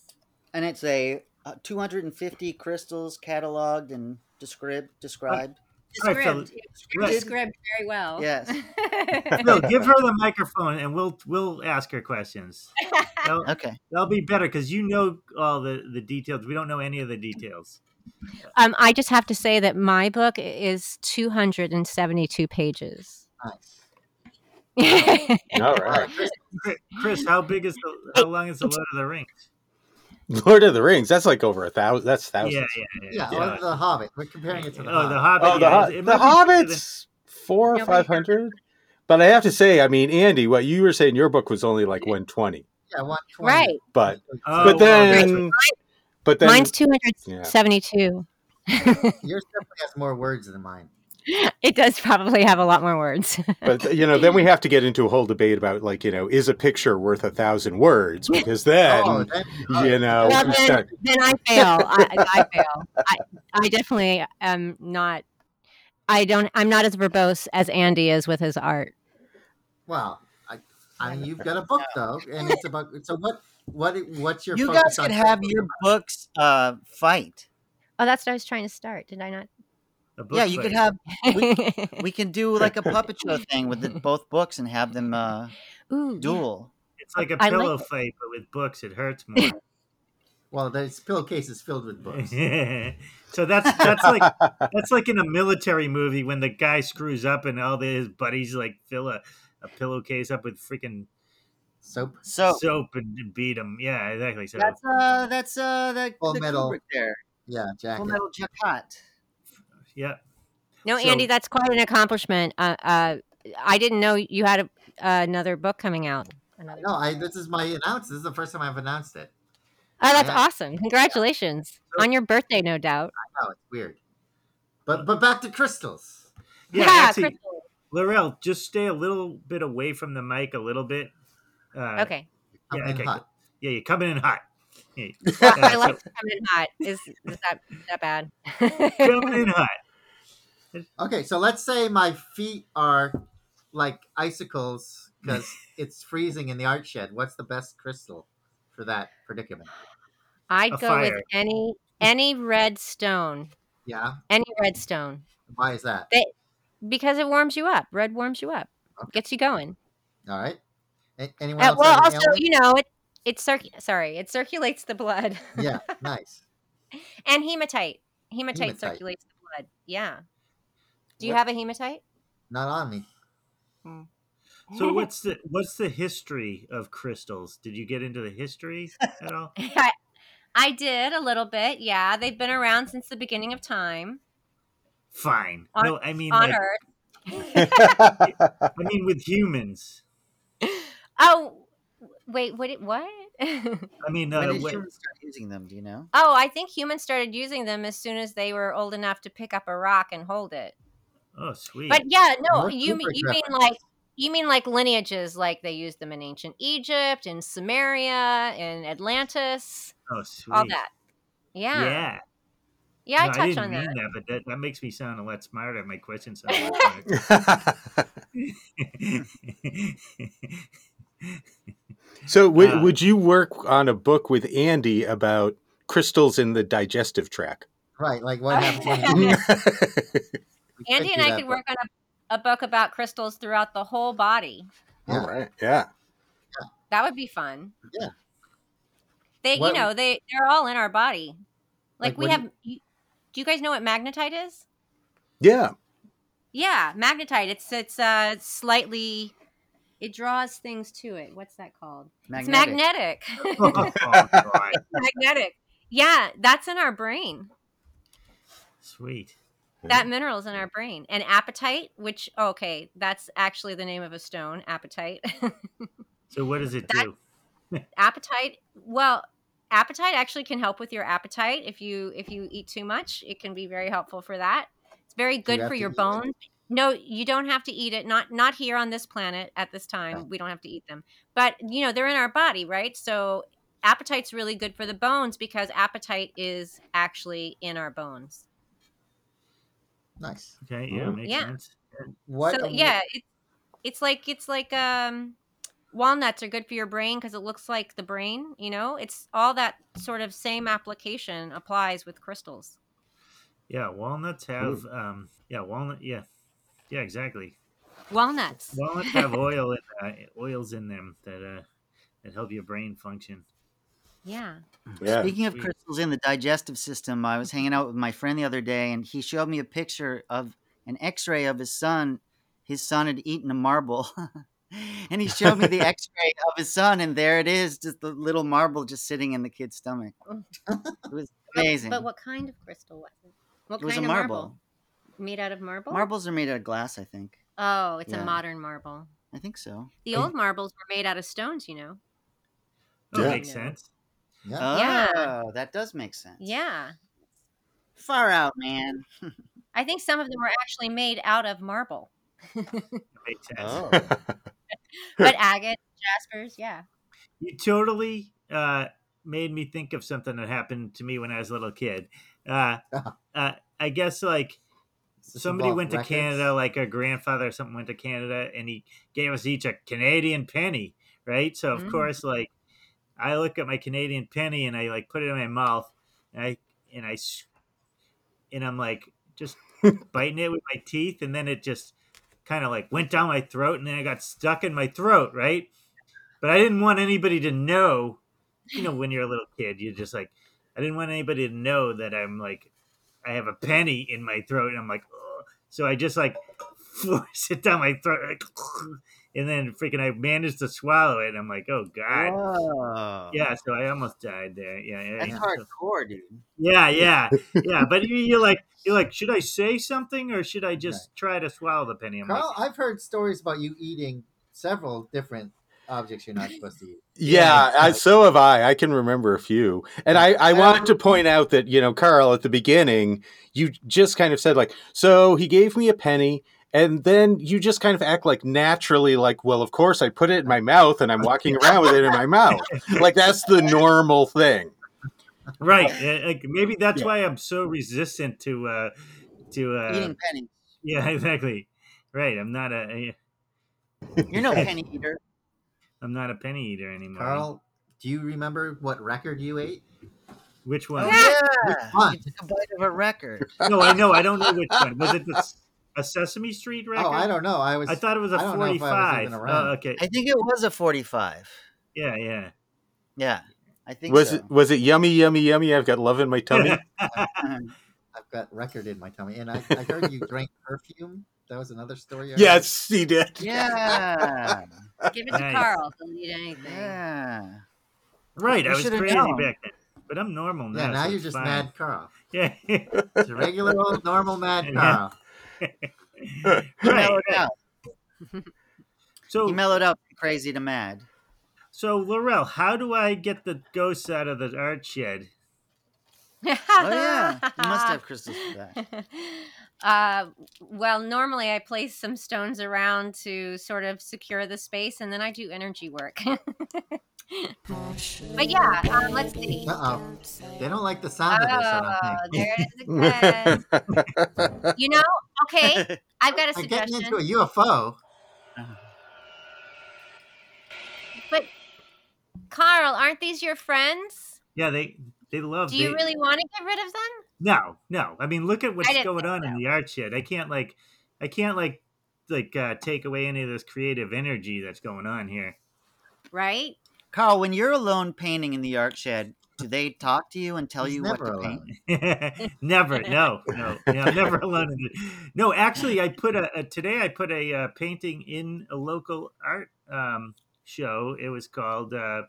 Speaker 1: And it's a uh, 250 crystals cataloged and described. Described.
Speaker 2: All right, Phil.
Speaker 6: Described,
Speaker 2: Right.
Speaker 6: described very well.
Speaker 1: Yes.
Speaker 2: Phil, give her the microphone, and we'll we'll ask her questions. That'll,
Speaker 1: Okay.
Speaker 2: that'll be better because you know all the the details. We don't know any of the details.
Speaker 6: um, I just have to say that my book is 272 pages.
Speaker 4: Nice.
Speaker 3: All
Speaker 4: All right,
Speaker 3: right.
Speaker 4: Chris,
Speaker 2: Chri- Chris, how big is the how long is the Lord of the Rings?
Speaker 3: Lord of the Rings, that's like over a thousand that's thousands.
Speaker 2: Yeah, yeah,
Speaker 4: yeah,
Speaker 2: yeah.
Speaker 4: or The Hobbit. We're comparing it to The
Speaker 2: oh,
Speaker 4: Hobbit.
Speaker 2: the Hobbit.
Speaker 3: Oh, the,
Speaker 2: yeah,
Speaker 3: Hob-
Speaker 2: it- it might be
Speaker 3: the
Speaker 2: bigger than-
Speaker 3: Hobbit's four or
Speaker 6: Nobody-
Speaker 3: five hundred. But I have to say, I mean, Andy, what you were saying, your book was only like one twenty,
Speaker 4: Yeah, 120.
Speaker 6: right.
Speaker 3: but
Speaker 2: Oh, well,
Speaker 3: but then but then
Speaker 6: Mine's 272.
Speaker 2: Uh,
Speaker 4: Yours definitely has more words than mine.
Speaker 7: It does probably have a lot more words.
Speaker 3: But you know, then we have to get into a whole debate about like you know, is a picture worth a thousand words? Because then
Speaker 4: Oh, that-
Speaker 3: you know,
Speaker 7: Well,
Speaker 3: we
Speaker 7: then-
Speaker 3: start,
Speaker 7: then I fail. I, I fail. I, I definitely am not. I don't. I'm not as verbose as Andy is with his art.
Speaker 4: well, I, I mean, you've got a book though, and it's about. So what? What? What's your?
Speaker 1: You
Speaker 4: focus
Speaker 1: guys
Speaker 4: on
Speaker 1: could have
Speaker 4: Facebook?
Speaker 1: your books uh, fight.
Speaker 7: Oh, that's what I was trying to start. Did I not?
Speaker 2: A book
Speaker 1: Yeah, you could
Speaker 2: fight.
Speaker 1: have. We can do like a puppet show thing with the, both books and have them uh,
Speaker 7: Ooh, yeah.
Speaker 1: duel.
Speaker 2: It's like a
Speaker 7: I like
Speaker 2: pillow fight, but with books. It hurts more.
Speaker 4: Well, there's pillowcases filled with books.
Speaker 2: so that's that's like that's like in a military movie when the guy screws up and all his buddies like fill a, a pillowcase up with freaking
Speaker 4: Soap.
Speaker 1: So
Speaker 2: soap and beat him. Yeah, exactly. So
Speaker 1: that's uh that's uh that
Speaker 4: Full
Speaker 1: the
Speaker 4: Metal
Speaker 1: Kubrick there.
Speaker 4: Yeah,
Speaker 1: Full
Speaker 4: jacket.
Speaker 1: Metal Jacket.
Speaker 2: yeah,
Speaker 7: No,
Speaker 2: So-
Speaker 7: Andy, that's quite an accomplishment. Uh, uh, I didn't know you had a, another book coming out. Another.
Speaker 4: No, I. This is my announce. This is the first time I've announced it.
Speaker 7: Oh, that's
Speaker 4: Yeah.
Speaker 7: awesome! Congratulations
Speaker 2: So-
Speaker 7: on your birthday, no doubt.
Speaker 4: Oh, it's weird. But but back to crystals.
Speaker 2: yeah. actually,
Speaker 7: Crystal.
Speaker 2: Laurel, just stay a little bit away from the mic a little bit. Uh,
Speaker 7: Okay.
Speaker 4: I'm
Speaker 2: Yeah,
Speaker 4: in
Speaker 2: okay,
Speaker 4: hot.
Speaker 2: Yeah, you're coming in hot. Yeah,
Speaker 7: Well,
Speaker 2: uh,
Speaker 7: I
Speaker 2: so-
Speaker 7: like to come in hot. Is, is that that bad?
Speaker 2: coming in hot.
Speaker 4: Okay, so let's say my feet are like icicles because it's freezing in the art shed. What's the best crystal for that predicament?
Speaker 7: I'd
Speaker 2: A
Speaker 7: go with
Speaker 2: fire.
Speaker 7: any any red stone,
Speaker 4: Yeah,
Speaker 7: any red stone,
Speaker 4: why is that?
Speaker 7: because it warms you up. Red warms you up, gets you going.
Speaker 4: All right. A- anyone
Speaker 7: Uh,
Speaker 4: else?
Speaker 7: well,
Speaker 4: have an
Speaker 7: also
Speaker 4: ailment?
Speaker 7: you know it it circ sorry it circulates the blood
Speaker 4: yeah, nice.
Speaker 7: and hematite. hematite.
Speaker 4: Hematite.
Speaker 7: circulates the blood. Yeah. Do you
Speaker 4: What-
Speaker 7: have a hematite?
Speaker 4: Not on me.
Speaker 2: So what's the what's the history of crystals? Did you get into the history at all?
Speaker 7: I, I did a little bit. Yeah, they've been around since the beginning of time
Speaker 2: Fine.
Speaker 7: On-
Speaker 2: no, I mean
Speaker 7: on
Speaker 2: like,
Speaker 7: Earth.
Speaker 2: I mean with humans.
Speaker 7: Oh, wait, what? It, what? oh,
Speaker 2: I mean
Speaker 1: When
Speaker 2: uh,
Speaker 1: did
Speaker 2: what,
Speaker 1: humans start using them? Do you know?
Speaker 7: I think humans started using them as soon as they were old enough to pick up a rock and hold it.
Speaker 2: oh sweet.
Speaker 7: But yeah, no,
Speaker 4: More
Speaker 7: you mean
Speaker 4: Kubrick
Speaker 7: you mean like you mean like lineages, like they used them in ancient Egypt, in Samaria, in Atlantis,
Speaker 2: oh sweet.
Speaker 4: Mm.
Speaker 7: all that. Yeah, yeah,
Speaker 2: Yeah.
Speaker 7: I
Speaker 2: No,
Speaker 7: touched
Speaker 2: didn't
Speaker 7: on that.
Speaker 2: mean that, but that, that makes me sound a lot smarter. My question sounds a lot smarter.
Speaker 3: so w-
Speaker 2: Uh,
Speaker 3: would you work on a book with Andy about crystals in the digestive tract?
Speaker 4: Right, like what happened? when you- we
Speaker 7: Andy
Speaker 4: do
Speaker 7: and I
Speaker 4: that,
Speaker 7: could
Speaker 4: but-
Speaker 7: work on a, a book about crystals throughout the whole body.
Speaker 3: All right. Yeah.
Speaker 7: That would be fun.
Speaker 4: Yeah.
Speaker 7: They,
Speaker 4: What-
Speaker 7: you know, they they're all in our body. Like,
Speaker 4: Like,
Speaker 7: we
Speaker 4: what do
Speaker 7: have. you- do you guys know what magnetite is?
Speaker 3: Yeah.
Speaker 7: Yeah, magnetite. It's it's uh slightly. It draws things to it. What's that called? It's magnetic.
Speaker 2: oh, God.
Speaker 7: magnetic. Yeah, that's in our brain.
Speaker 2: Sweet.
Speaker 7: That mineral's in our brain. And apatite, which okay, that's actually the name of a stone, apatite.
Speaker 2: So what does it
Speaker 7: That-
Speaker 2: do?
Speaker 7: appetite well appetite actually can help with your appetite if you if you eat too much it can be very helpful for that it's very good
Speaker 4: have
Speaker 7: for
Speaker 4: to
Speaker 7: your
Speaker 4: eat it?
Speaker 7: bones no you don't have to eat it not not here on this planet at this time
Speaker 4: Right.
Speaker 7: we don't have to eat them but you know they're in our body right so appetite's really good for the bones because appetite is actually in our bones
Speaker 4: Nice.
Speaker 2: Okay, yeah,
Speaker 3: Mm.
Speaker 2: makes
Speaker 7: Yeah.
Speaker 2: sense.
Speaker 4: What?
Speaker 7: so yeah it, it's like it's like um walnuts are good for your brain because it looks like the brain you know it's all that sort of same application applies with crystals
Speaker 2: Yeah, walnuts have um yeah, walnut yeah. Yeah, exactly.
Speaker 7: walnuts
Speaker 2: Walnuts have oil in, uh, oils in them that uh that help your brain function.
Speaker 7: yeah Mm.
Speaker 3: Yeah.
Speaker 1: Speaking of
Speaker 2: Sweet.
Speaker 1: crystals in the digestive system, I was hanging out with my friend the other day, and he showed me a picture of an X-ray of his son. His son had eaten a marble, and he showed me the X-ray of his son, and there it is, just the little marble just sitting in the kid's stomach. It was amazing.
Speaker 7: Oh. but what kind of crystal was it what
Speaker 1: it was a
Speaker 7: kind of
Speaker 1: marble.
Speaker 7: marble made out of marble
Speaker 1: Marbles are made out of glass, I think.
Speaker 7: oh it's
Speaker 1: Yeah.
Speaker 7: a modern marble
Speaker 1: I think so.
Speaker 7: the old marbles were made out of stones you know
Speaker 2: That
Speaker 3: Yeah.
Speaker 2: Oh, makes sense.
Speaker 4: yeah.
Speaker 2: Uh,
Speaker 1: Oh,
Speaker 7: Yeah.
Speaker 1: that does make sense.
Speaker 7: yeah
Speaker 1: Far out, man.
Speaker 6: I think some of them were actually made out of marble,
Speaker 2: Makes sense.
Speaker 8: Oh.
Speaker 6: but agate, jaspers, yeah.
Speaker 2: You totally uh, made me think of something that happened to me when I was a little kid. Uh, uh, I guess like
Speaker 4: Does this
Speaker 2: somebody
Speaker 4: involve
Speaker 2: went
Speaker 4: records?
Speaker 2: to Canada, like our grandfather or something went to Canada, and he gave us each a Canadian penny, right? So of
Speaker 6: Mm.
Speaker 2: course, like I look at my Canadian penny and I like put it in my mouth, and I and I s- and I'm like just biting it with my teeth, and then it just kind of like went down my throat, and then I got stuck in my throat, right? But I didn't want anybody to know, you know, when you're a little kid, you're just like, I didn't want anybody to know that I'm like I have a penny in my throat, and I'm like, "Ugh." so I just like force it down my throat, like, and then freaking I managed to swallow it. And I'm like, oh god,
Speaker 1: Whoa.
Speaker 2: yeah. So I almost died there. Yeah, yeah,
Speaker 1: That's
Speaker 2: yeah.
Speaker 1: hardcore, dude.
Speaker 2: yeah, yeah, yeah. But you, you're like, you're like, should I say something or should I just try to swallow the penny? I'm like,
Speaker 4: Carl, I've heard stories about you eating several different objects you're not supposed to eat.
Speaker 3: Yeah, I, so have I. I can remember a few. And I, I wanted to point out that, you know, Carl, at the beginning, you just kind of said, like, so he gave me a penny. And then you just kind of act like naturally, like, well, of course, I put it in my mouth and I'm walking around with it in my mouth. Like, that's the normal thing.
Speaker 2: right. yeah, Like maybe that's
Speaker 3: Yeah.
Speaker 2: why I'm so resistant to, uh to, uh,
Speaker 1: Eating pennies.
Speaker 2: yeah, exactly. Right. I'm not a,
Speaker 1: You're no penny eater.
Speaker 2: I'm not a penny eater anymore.
Speaker 4: Carl, do you remember what record you ate?
Speaker 2: Which one?
Speaker 1: Oh, yeah.
Speaker 4: One.
Speaker 1: You took a bite of a record.
Speaker 2: No, I know. I don't know which one. Was it the, s- a Sesame Street record?
Speaker 4: Oh, I don't know. I was.
Speaker 2: I thought it was a
Speaker 4: I don't know if I was
Speaker 2: 45.
Speaker 4: even
Speaker 2: Oh,
Speaker 4: around.
Speaker 2: okay.
Speaker 1: I think it was a 45.
Speaker 2: Yeah, yeah.
Speaker 1: Yeah. I think
Speaker 3: Was
Speaker 1: so.
Speaker 3: it was it yummy, yummy, yummy? I've got love in my tummy.
Speaker 4: I've got record in my tummy, and I, I heard you drank perfume. That was another story. I heard.
Speaker 3: yes, he did.
Speaker 1: Yeah.
Speaker 6: Give it to
Speaker 2: Nice.
Speaker 6: Carl. Don't need anything.
Speaker 1: yeah.
Speaker 2: Right.
Speaker 1: You
Speaker 2: I was
Speaker 1: should've
Speaker 2: crazy
Speaker 1: known.
Speaker 2: back then. But I'm normal now.
Speaker 4: Yeah, now
Speaker 2: so
Speaker 4: you're
Speaker 2: it's
Speaker 4: just
Speaker 2: fine.
Speaker 4: mad Carl.
Speaker 2: Yeah.
Speaker 4: It's a regular old normal mad
Speaker 2: Yeah.
Speaker 4: Carl.
Speaker 1: He
Speaker 2: right.
Speaker 1: mellowed out. He
Speaker 2: So,
Speaker 1: mellowed out from crazy to mad.
Speaker 2: so Laurel, how do I get the ghosts out of the art shed?
Speaker 1: Oh, yeah. You must have crystals for that.
Speaker 7: uh, well, normally I place some stones around to sort of secure the space, and then I do energy work. but yeah, um, let's see.
Speaker 4: Uh oh. They don't like the sound of this. I don't
Speaker 7: Oh,
Speaker 1: Uh,
Speaker 4: think.
Speaker 7: there it is again. you know, okay, I've got a
Speaker 4: They're getting
Speaker 7: suggestion.
Speaker 4: into a UFO.
Speaker 7: Carl, aren't these your friends?
Speaker 2: Yeah, they they love.
Speaker 7: Do you
Speaker 2: they-
Speaker 7: really want to get rid of them?
Speaker 2: No, no. I mean, look at what's
Speaker 7: didn't
Speaker 2: going
Speaker 7: think
Speaker 2: on in
Speaker 7: so.
Speaker 2: the art shed. I can't like, I can't like, like uh, take away any of this creative energy that's going on here.
Speaker 7: Right?
Speaker 1: Carl, when you're alone painting in the art shed, do they talk to you and tell
Speaker 4: He's
Speaker 1: you what
Speaker 4: never
Speaker 1: to paint?
Speaker 4: alone.
Speaker 2: never, no, no, no, never alone. In it. No, actually, I put a, a today. I put a, uh painting in a local art um, show. It was called uh,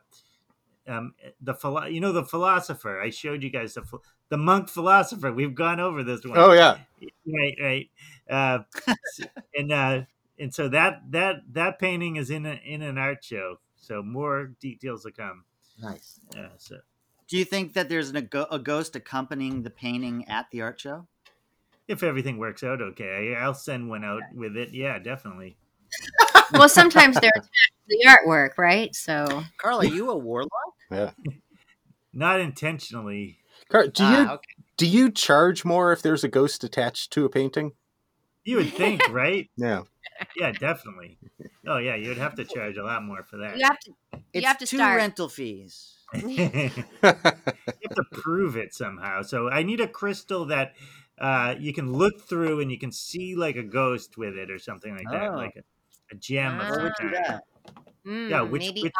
Speaker 2: um, the philo- You know, the philosopher. I showed you guys the ph- the monk philosopher. We've gone over this one.
Speaker 3: Oh yeah.
Speaker 2: right, right. Uh, s- and uh, and so that that that painting is in a, in an art show. So more details to come.
Speaker 4: Nice.
Speaker 2: Uh, so
Speaker 1: Do you think that there's an, a, go- a ghost accompanying the painting at the art show?
Speaker 2: if everything works out okay, I'll send one out with it. Yeah, definitely.
Speaker 6: Well, sometimes they're attached to the artwork, right? So
Speaker 1: Carl, are you a warlock?
Speaker 2: Not intentionally.
Speaker 3: Carl, do you
Speaker 1: Ah, okay.
Speaker 3: do you charge more if there's a ghost attached to a painting?
Speaker 2: You would think, right?
Speaker 3: No.
Speaker 2: Yeah, definitely. Oh yeah, you would have to charge a lot more for that.
Speaker 7: You have to.
Speaker 1: It's
Speaker 7: have to
Speaker 1: two
Speaker 7: start.
Speaker 1: rental fees.
Speaker 2: you have to prove it somehow. So I need a crystal that uh, you can look through and you can see like a ghost with it or something like that,
Speaker 1: Oh.
Speaker 2: like a, a gem
Speaker 7: Ah.
Speaker 2: of
Speaker 1: Where
Speaker 2: some
Speaker 1: would you do
Speaker 2: kind.
Speaker 1: that?
Speaker 7: Mm,
Speaker 2: Yeah, which,
Speaker 7: maybe
Speaker 2: which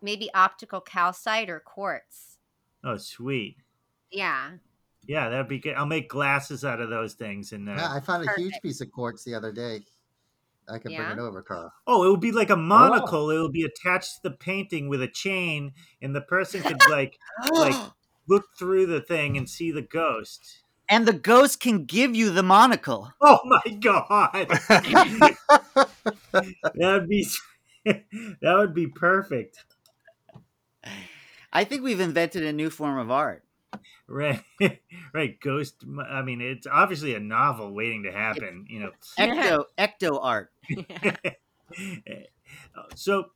Speaker 7: maybe optical calcite or quartz.
Speaker 2: oh sweet,
Speaker 7: Yeah.
Speaker 2: yeah, that'd be good. I'll make glasses out of those things and uh,
Speaker 4: Yeah, I found a huge
Speaker 7: Perfect.
Speaker 4: piece of quartz the other day. I can
Speaker 7: Yeah?
Speaker 4: bring it over, Carl.
Speaker 2: Oh, it would be like a
Speaker 4: Oh.
Speaker 2: monocle. It would be attached to the painting with a chain, and the person could like like look through the thing and see the ghost.
Speaker 1: And the ghost can give you the monocle.
Speaker 2: Oh my god, that'd be that would be perfect,
Speaker 1: I think we've invented a new form of art.
Speaker 2: Right, right. Ghost. m- I mean, it's obviously a novel waiting to happen. You know.
Speaker 1: Ecto ecto art.
Speaker 2: so,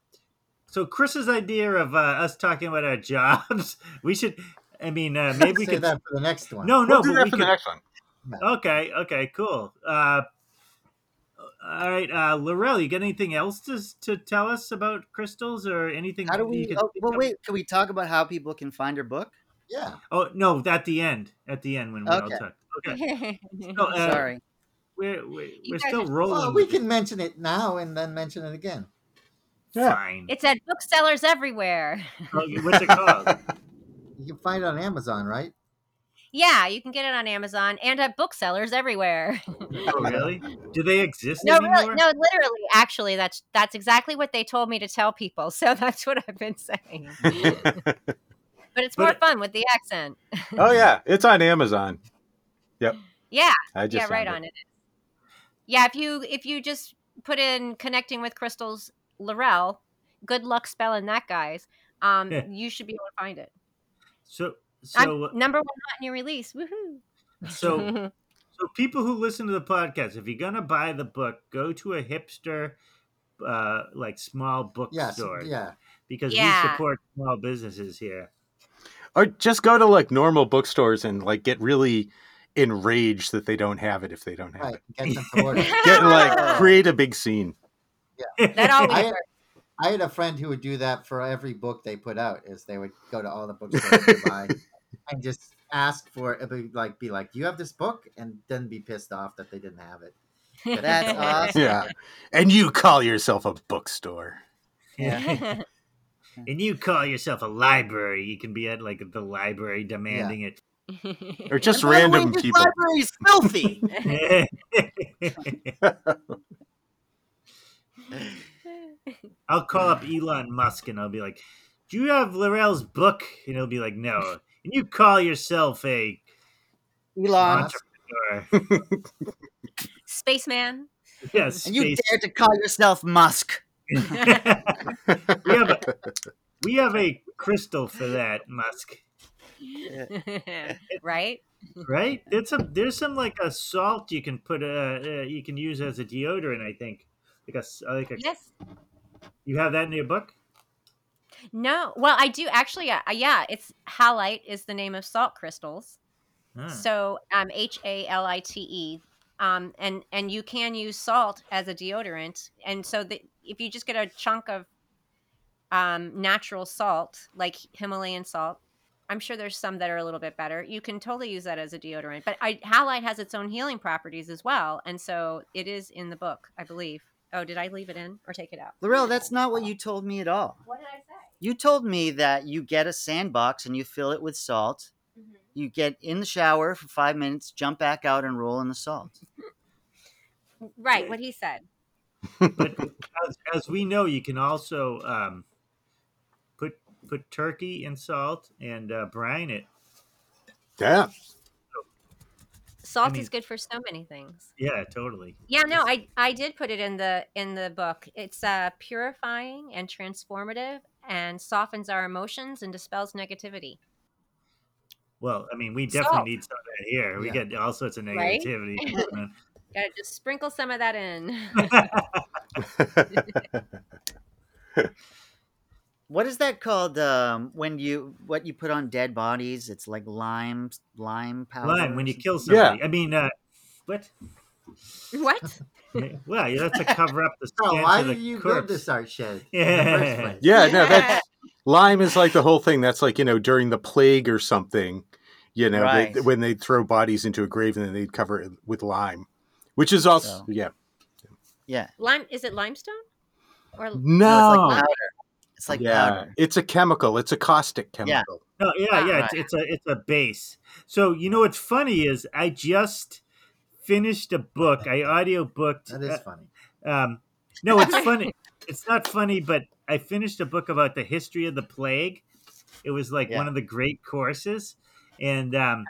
Speaker 2: so Chris's idea of uh, us talking about our jobs, we should. I mean, uh, maybe we
Speaker 4: Say
Speaker 2: could.
Speaker 4: that for the next one.
Speaker 2: No, no,
Speaker 3: we'll do
Speaker 2: but
Speaker 3: that
Speaker 2: we
Speaker 3: for the
Speaker 2: could-
Speaker 3: next one.
Speaker 2: Okay, okay, cool. Uh, all right, uh, Laurel, you got anything else to to tell us about crystals or anything?
Speaker 1: How do
Speaker 2: you
Speaker 1: we?
Speaker 2: could
Speaker 1: Oh,
Speaker 2: think
Speaker 1: well,
Speaker 2: of?
Speaker 1: wait. Can we talk about how people can find her book?
Speaker 4: Yeah.
Speaker 2: Oh no, at the end, at the end when we're all
Speaker 1: Okay.
Speaker 2: done. Okay,
Speaker 7: All
Speaker 2: no, uh,
Speaker 1: Sorry.
Speaker 2: we're we're, we're
Speaker 7: guys are-
Speaker 2: still rolling.
Speaker 4: Well, we can mention it now and then mention it again.
Speaker 3: Yeah.
Speaker 2: Fine.
Speaker 7: it's at booksellers everywhere.
Speaker 2: Okay, What's it called?
Speaker 4: You can find it on Amazon, right?
Speaker 7: Yeah, you can get it on Amazon and at booksellers everywhere.
Speaker 2: oh, really? Do they exist
Speaker 7: No,
Speaker 2: anymore?
Speaker 7: really, no, literally, actually, that's that's exactly what they told me to tell people. So that's what I've been saying. But it's more
Speaker 2: But-
Speaker 7: fun with the accent.
Speaker 3: oh yeah, it's on Amazon.
Speaker 7: Yeah,
Speaker 3: I just
Speaker 7: yeah, right
Speaker 3: found
Speaker 7: on it. Yeah, if you if you just put in connecting with crystals, Laurel, good luck spelling that, guys. Um,
Speaker 2: Yeah.
Speaker 7: you should be able to find it.
Speaker 2: So
Speaker 7: I'm
Speaker 2: so uh
Speaker 7: number one hot new release. Woohoo!
Speaker 2: so So, people who listen to the podcast, if you're gonna buy the book, go to a hipster, uh, like small
Speaker 4: Yes.
Speaker 2: bookstore,
Speaker 4: Yeah.
Speaker 2: because we
Speaker 7: Yeah.
Speaker 2: support small businesses here.
Speaker 3: Or just go to like normal bookstores and like get really enraged that they don't have it if they don't have
Speaker 4: Right.
Speaker 3: it.
Speaker 4: Get them to order.
Speaker 3: Get like create a big scene.
Speaker 7: that always
Speaker 4: I-
Speaker 7: works.
Speaker 4: I had a friend who would do that for every book they put out. Is they would go to all the bookstores nearby and just ask for it, be like be like, "Do you have this book?" and then be pissed off that they didn't have it.
Speaker 1: That's awesome.
Speaker 3: Yeah. And you call yourself a bookstore.
Speaker 2: Yeah. and you call yourself a library, you can be at like the library demanding
Speaker 3: Or
Speaker 1: And by
Speaker 3: just
Speaker 1: the way,
Speaker 3: random
Speaker 1: this
Speaker 3: people.
Speaker 1: library is filthy.
Speaker 2: it. I'll call up Elon Musk and I'll be like, "Do you have Laurel's book?" And he'll be like, "No." And you call yourself a
Speaker 1: Elon,
Speaker 4: Musk.
Speaker 2: entrepreneur?
Speaker 7: Spaceman.
Speaker 2: Yes,
Speaker 1: and you
Speaker 2: space
Speaker 1: dare to call yourself Musk?
Speaker 2: we have a, we have a crystal for that Musk,
Speaker 7: right?
Speaker 2: right? There's some there's some like a salt you can put uh, uh you can use as a deodorant. I think like a s- uh, like a
Speaker 7: Yes.
Speaker 2: you have that in your book.
Speaker 7: No. Well, I do actually. Uh, yeah, it's halite is the name of salt crystals.
Speaker 2: Ah.
Speaker 7: So um, H A L I T E, um, and and you can use salt as a deodorant. And so the, if you just get a chunk of um, natural salt, like Himalayan salt, I'm sure there's some that are a little bit better. You can totally use that as a deodorant. But I, halite has its own healing properties as well, and so it is in the book, I believe. Oh, did I leave it in or take it out?
Speaker 1: Laurel, that's not what you told me at all.
Speaker 7: What did I say?
Speaker 1: You told me that you get a sandbox and you fill it with salt.
Speaker 7: Mm-hmm.
Speaker 1: You get in the shower for five minutes, jump back out, and roll in the salt.
Speaker 7: Right, what he said.
Speaker 2: as, as we know, you can also um, put put turkey in salt and uh, brine it.
Speaker 3: Yeah.
Speaker 7: Salt
Speaker 2: mean-
Speaker 7: is good for so many things.
Speaker 2: Yeah, totally.
Speaker 7: Yeah, no, I I did put it in the in the book. It's uh, purifying and transformative, and softens our emotions and dispels negativity.
Speaker 2: Well, I mean, we definitely
Speaker 7: Salt.
Speaker 2: need some of that here. We
Speaker 4: Yeah.
Speaker 2: get all sorts of
Speaker 7: Right?
Speaker 2: negativity.
Speaker 7: Gotta just sprinkle some of that in.
Speaker 1: What is that called? Um, when you what you put on dead bodies? It's like lime, lime powder.
Speaker 2: Lime,
Speaker 1: or
Speaker 2: when you
Speaker 1: something?
Speaker 2: kill
Speaker 3: Yeah.
Speaker 2: somebody. I mean, uh, what?
Speaker 7: what?
Speaker 2: Well, you have to cover up the
Speaker 4: So
Speaker 2: stench
Speaker 4: why
Speaker 2: of the
Speaker 4: did you build
Speaker 2: corpse.
Speaker 4: this art shed?
Speaker 2: Yeah.
Speaker 3: Yeah, no, that lime is like the whole thing. That's like, you know, during the plague or something, you know, they,
Speaker 1: Right.
Speaker 3: when they'd throw bodies into a grave and then they'd cover it with lime. Which is also
Speaker 1: So-
Speaker 3: yeah.
Speaker 1: Yeah,
Speaker 7: Lime? Is it limestone? Or
Speaker 3: No,
Speaker 1: it's like powder. It's like
Speaker 3: yeah.
Speaker 2: Mm.
Speaker 1: powder.
Speaker 3: It's a chemical. It's a caustic
Speaker 1: Yeah.
Speaker 3: chemical.
Speaker 2: No, yeah, yeah.
Speaker 4: Uh,
Speaker 1: Right.
Speaker 2: It's, it's a it's a base. So you know what's funny is I just finished a book. I audio booked.
Speaker 4: That is funny.
Speaker 2: Um, no, it's funny. It's not funny, but I finished a book about the history of the plague. It was like one
Speaker 1: Yeah.
Speaker 2: of the great courses, and um,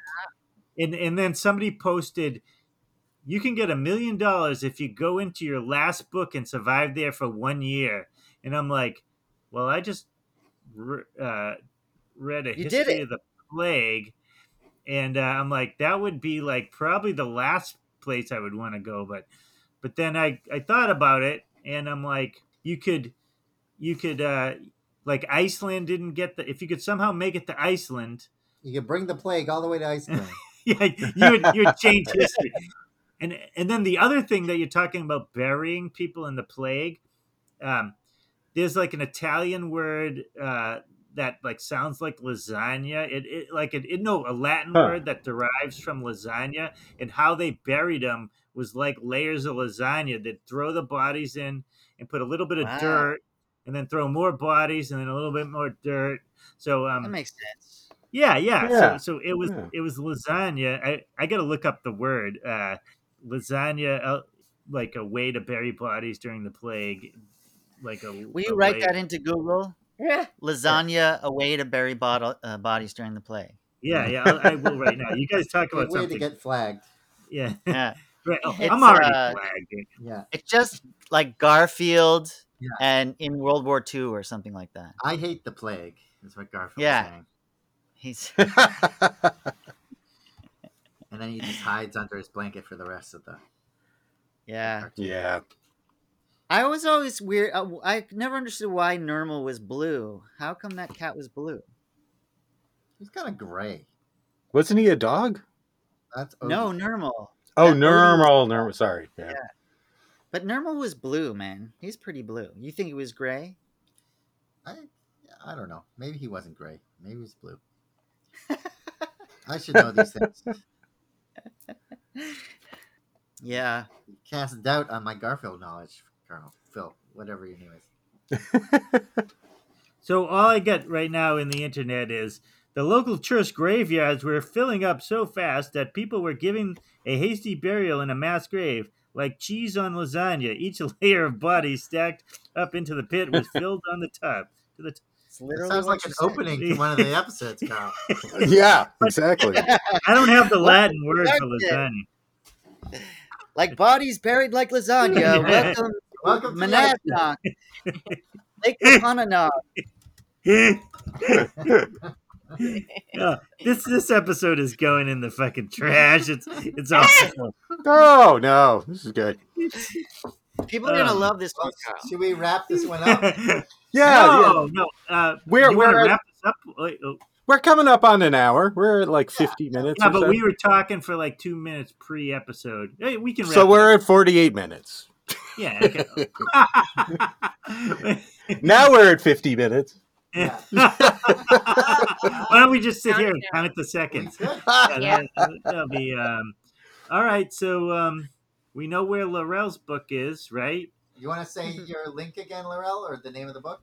Speaker 2: and and then somebody posted, "You can get a million dollars if you go into your last book and survive there for one year." And I'm like, "Well, I just re- uh, read a
Speaker 1: You did
Speaker 2: history
Speaker 1: it.
Speaker 2: of the plague." and uh, I'm like, that would be like probably the last place I would want to go. But but then I I thought about it, and I'm like, you could you could uh, like Iceland didn't get the if you could somehow make it to Iceland,
Speaker 4: You could bring the plague all the way to Iceland.
Speaker 2: yeah, you would you would change history. And and then the other thing that you're talking about burying people in the plague, um, there's like an Italian word uh, that like sounds like lasagna. It, it like it, it no a Latin
Speaker 3: Huh.
Speaker 2: word that derives from lasagna, and how they buried them was like layers of lasagna. They'd throw the bodies in and put a little bit of
Speaker 1: Wow.
Speaker 2: dirt, and then throw more bodies, and then a little bit more dirt. So um,
Speaker 1: That makes sense.
Speaker 2: yeah, yeah.
Speaker 3: Yeah.
Speaker 2: So, so it was
Speaker 3: Yeah.
Speaker 2: it was lasagna. I I gotta look up the word uh, lasagna, uh, like a way to bury bodies during the plague, like a.
Speaker 1: Will
Speaker 2: a
Speaker 1: you write
Speaker 2: way-
Speaker 1: that into Google? Lasagna, a way to bury bottle, uh, bodies during the play.
Speaker 2: Yeah, yeah. I, I will right now. You guys talk
Speaker 4: Good
Speaker 2: about
Speaker 4: way to
Speaker 2: something.
Speaker 4: get flagged.
Speaker 2: yeah,
Speaker 1: Yeah.
Speaker 2: Right. Oh,
Speaker 1: It's,
Speaker 2: I'm already
Speaker 1: uh,
Speaker 2: flagged.
Speaker 4: Yeah.
Speaker 1: it's just like Garfield
Speaker 4: Yeah.
Speaker 1: and in World War II or something like that.
Speaker 4: I hate the plague, is what Garfield
Speaker 1: Yeah.
Speaker 4: was saying.
Speaker 1: He's
Speaker 4: And then he just hides under his blanket for the rest of the.
Speaker 1: yeah.
Speaker 3: yeah.
Speaker 1: I was always weird. I, I never understood why Normal was blue. How come that cat was blue?
Speaker 4: He's kind of gray.
Speaker 3: Wasn't he a dog?
Speaker 4: That's
Speaker 1: No,
Speaker 4: Odin.
Speaker 1: Normal.
Speaker 3: Oh,
Speaker 1: Yeah,
Speaker 3: normal, normal. Sorry. Yeah.
Speaker 1: But Normal was blue, man. He's pretty blue. You think he was gray?
Speaker 4: I, I don't know. Maybe he wasn't gray. Maybe he was blue. I should know these things.
Speaker 1: Yeah.
Speaker 4: Cast doubt on my Garfield knowledge, Colonel Phil. Whatever your name is.
Speaker 2: So all I get right now in the internet is the local church graveyards were filling up so fast that people were giving a hasty burial in a mass grave, like cheese on lasagna. Each layer of bodies stacked up into the pit was filled on the top. To the t-
Speaker 1: It's
Speaker 4: It
Speaker 1: literally
Speaker 4: sounds
Speaker 1: what
Speaker 4: like
Speaker 1: you
Speaker 4: an
Speaker 1: said.
Speaker 4: opening to one of the episodes, Carl.
Speaker 3: yeah, exactly.
Speaker 2: I don't have the
Speaker 1: What?
Speaker 2: Latin word for
Speaker 1: That's it.
Speaker 2: lasagna.
Speaker 1: Like bodies buried like lasagna.
Speaker 2: Yeah.
Speaker 1: Welcome,
Speaker 4: Welcome to the
Speaker 1: Monadnock. Lake Papanog.
Speaker 2: Yeah, Oh, this this episode is going in the fucking trash. It's it's awful.
Speaker 3: No, Oh, no, this is good.
Speaker 1: People are gonna
Speaker 2: Um,
Speaker 1: love this
Speaker 4: Well,
Speaker 1: one, Kyle.
Speaker 4: should we wrap this one up?
Speaker 3: Yeah, yeah.
Speaker 2: no, no. Uh,
Speaker 3: Where-
Speaker 2: you want
Speaker 3: where
Speaker 2: to
Speaker 3: are-
Speaker 2: wrap this up? Wait, oh,
Speaker 3: we're coming up on an hour. We're at like fifty minutes.
Speaker 2: Yeah,
Speaker 3: or
Speaker 2: but
Speaker 3: so.
Speaker 2: we were talking for like two minutes pre-episode. Hey, we can wrap.
Speaker 3: so
Speaker 2: it
Speaker 3: we're at forty-eight minutes.
Speaker 2: up. yeah. Okay.
Speaker 3: Now we're at fifty minutes.
Speaker 2: Why don't we just sit here and count the
Speaker 4: We
Speaker 2: seconds?
Speaker 4: good?
Speaker 2: Yeah, that- that'll be. Um, all right, so um, we know where Laurel's book is, right?
Speaker 4: You want to say your link again, Laurel, or the name of the book?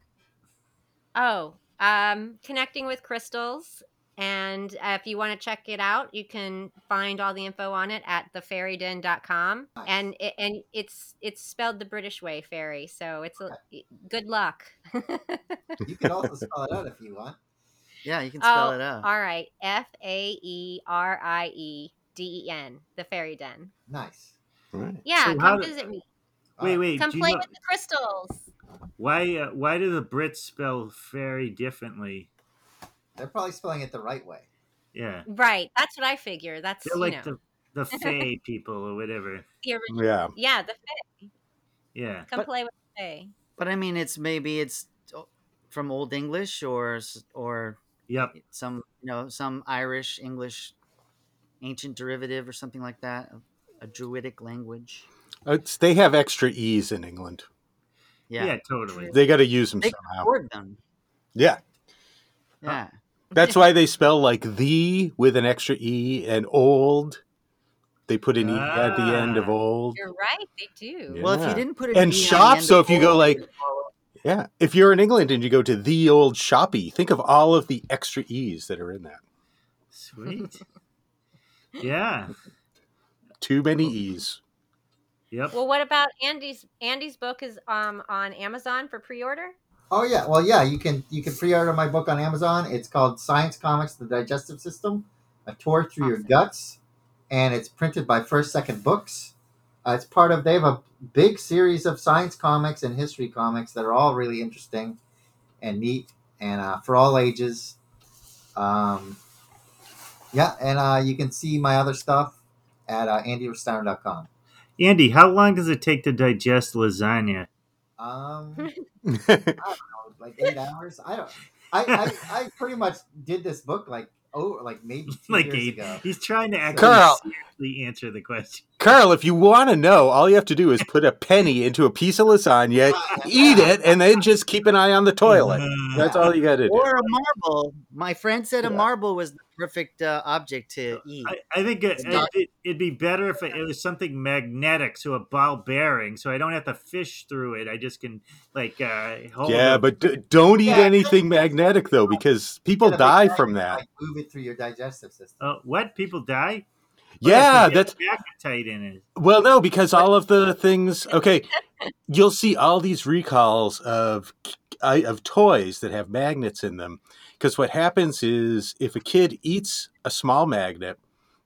Speaker 7: Oh, um, connecting with crystals. And uh, if you want to check it out, you can find all the info on it at thefairyden.com.
Speaker 4: Nice.
Speaker 7: And it, and it's it's spelled the British way, fairy. So it's a, good luck.
Speaker 4: You can also spell it out if you want.
Speaker 1: Yeah, you can spell
Speaker 7: Oh,
Speaker 1: it out.
Speaker 7: all right, F A E R I E D E N, the fairy den.
Speaker 4: Nice. Uh,
Speaker 3: Right.
Speaker 7: Yeah,
Speaker 2: So how
Speaker 7: come
Speaker 2: do-
Speaker 7: visit me.
Speaker 4: All
Speaker 2: Wait,
Speaker 4: right.
Speaker 2: wait.
Speaker 7: Come
Speaker 2: do you
Speaker 7: play
Speaker 2: know-
Speaker 7: with the crystals.
Speaker 2: why uh, why do the Brits spell fairy differently?
Speaker 4: They're probably spelling it the right way.
Speaker 2: Yeah,
Speaker 7: Right, that's what I figure. That's
Speaker 2: they're
Speaker 7: you
Speaker 2: like
Speaker 7: know
Speaker 2: the Mm. the fae people or whatever.
Speaker 7: the original.
Speaker 3: Yeah.
Speaker 7: Yeah, the fae.
Speaker 2: Yeah,
Speaker 7: Come
Speaker 1: But-
Speaker 7: play with the fae.
Speaker 1: But I mean, it's maybe it's o- from Old English or s- or
Speaker 2: yep.
Speaker 1: some you know some Irish English ancient derivative or something like that, a, a druidic language.
Speaker 3: It's, they have extra e's in England.
Speaker 2: Yeah,
Speaker 1: Yeah,
Speaker 2: totally.
Speaker 3: They got to use them
Speaker 1: They
Speaker 3: somehow.
Speaker 1: Afford them.
Speaker 3: Yeah,
Speaker 1: Yeah,
Speaker 3: that's why they spell like the with an extra e and old. They put an e at the end of
Speaker 2: Ah.
Speaker 3: old.
Speaker 7: You're right, they do.
Speaker 3: Yeah.
Speaker 1: Well, if you didn't put it
Speaker 3: And shop, so if you go, like- Yeah, if you're in England and you go to the old shoppy, think of all of the extra e's that are in that.
Speaker 2: Sweet. yeah.
Speaker 3: Too many e's.
Speaker 2: Yep.
Speaker 7: Well, what about Andy's? Andy's book is um on Amazon for pre-order.
Speaker 4: Oh yeah, well yeah, you can you can pre-order my book on Amazon. It's called Science Comics: The Digestive System, a tour through your
Speaker 7: Awesome.
Speaker 4: guts, and it's printed by First Second Books. Uh, it's part of they have a big series of science comics and history comics that are all really interesting and neat and uh, for all ages. Um, Yeah, and uh, you can see my other stuff at uh, andysteiner.com.
Speaker 2: Andy, how long does it take to digest lasagna?
Speaker 4: Um, like eight hours. I don't. I, I, I pretty much did this book like oh like maybe two
Speaker 2: Like
Speaker 4: years
Speaker 2: eight.
Speaker 4: ago.
Speaker 2: He's trying to actually
Speaker 3: Carl.
Speaker 2: seriously answer the question.
Speaker 3: Carl, if you want to know, all you have to do is put a penny into a piece of lasagna, eat it, and then just keep an eye on the toilet.
Speaker 2: Uh,
Speaker 3: That's all you got to do.
Speaker 1: Or a marble. My friend said a
Speaker 3: Yeah.
Speaker 1: marble was the perfect uh, object to eat.
Speaker 2: I, I think it,
Speaker 1: It's not-
Speaker 2: it, would be better if it, it was something magnetic, so a ball bearing, so I don't have to fish through it. I just can like uh, hold.
Speaker 3: Yeah,
Speaker 2: it.
Speaker 3: but d- don't eat
Speaker 4: Yeah.
Speaker 3: anything magnetic though, because people
Speaker 4: Yeah, but
Speaker 3: die
Speaker 4: exactly,
Speaker 3: from that.
Speaker 4: Like move it through your digestive system.
Speaker 2: Uh, what people die?
Speaker 3: Yeah,
Speaker 2: Because
Speaker 3: that's
Speaker 2: they have appetite in it.
Speaker 3: well, no, because all of the things. Okay, you'll see all these recalls of I- of toys that have magnets in them, because what happens is if a kid eats a small magnet,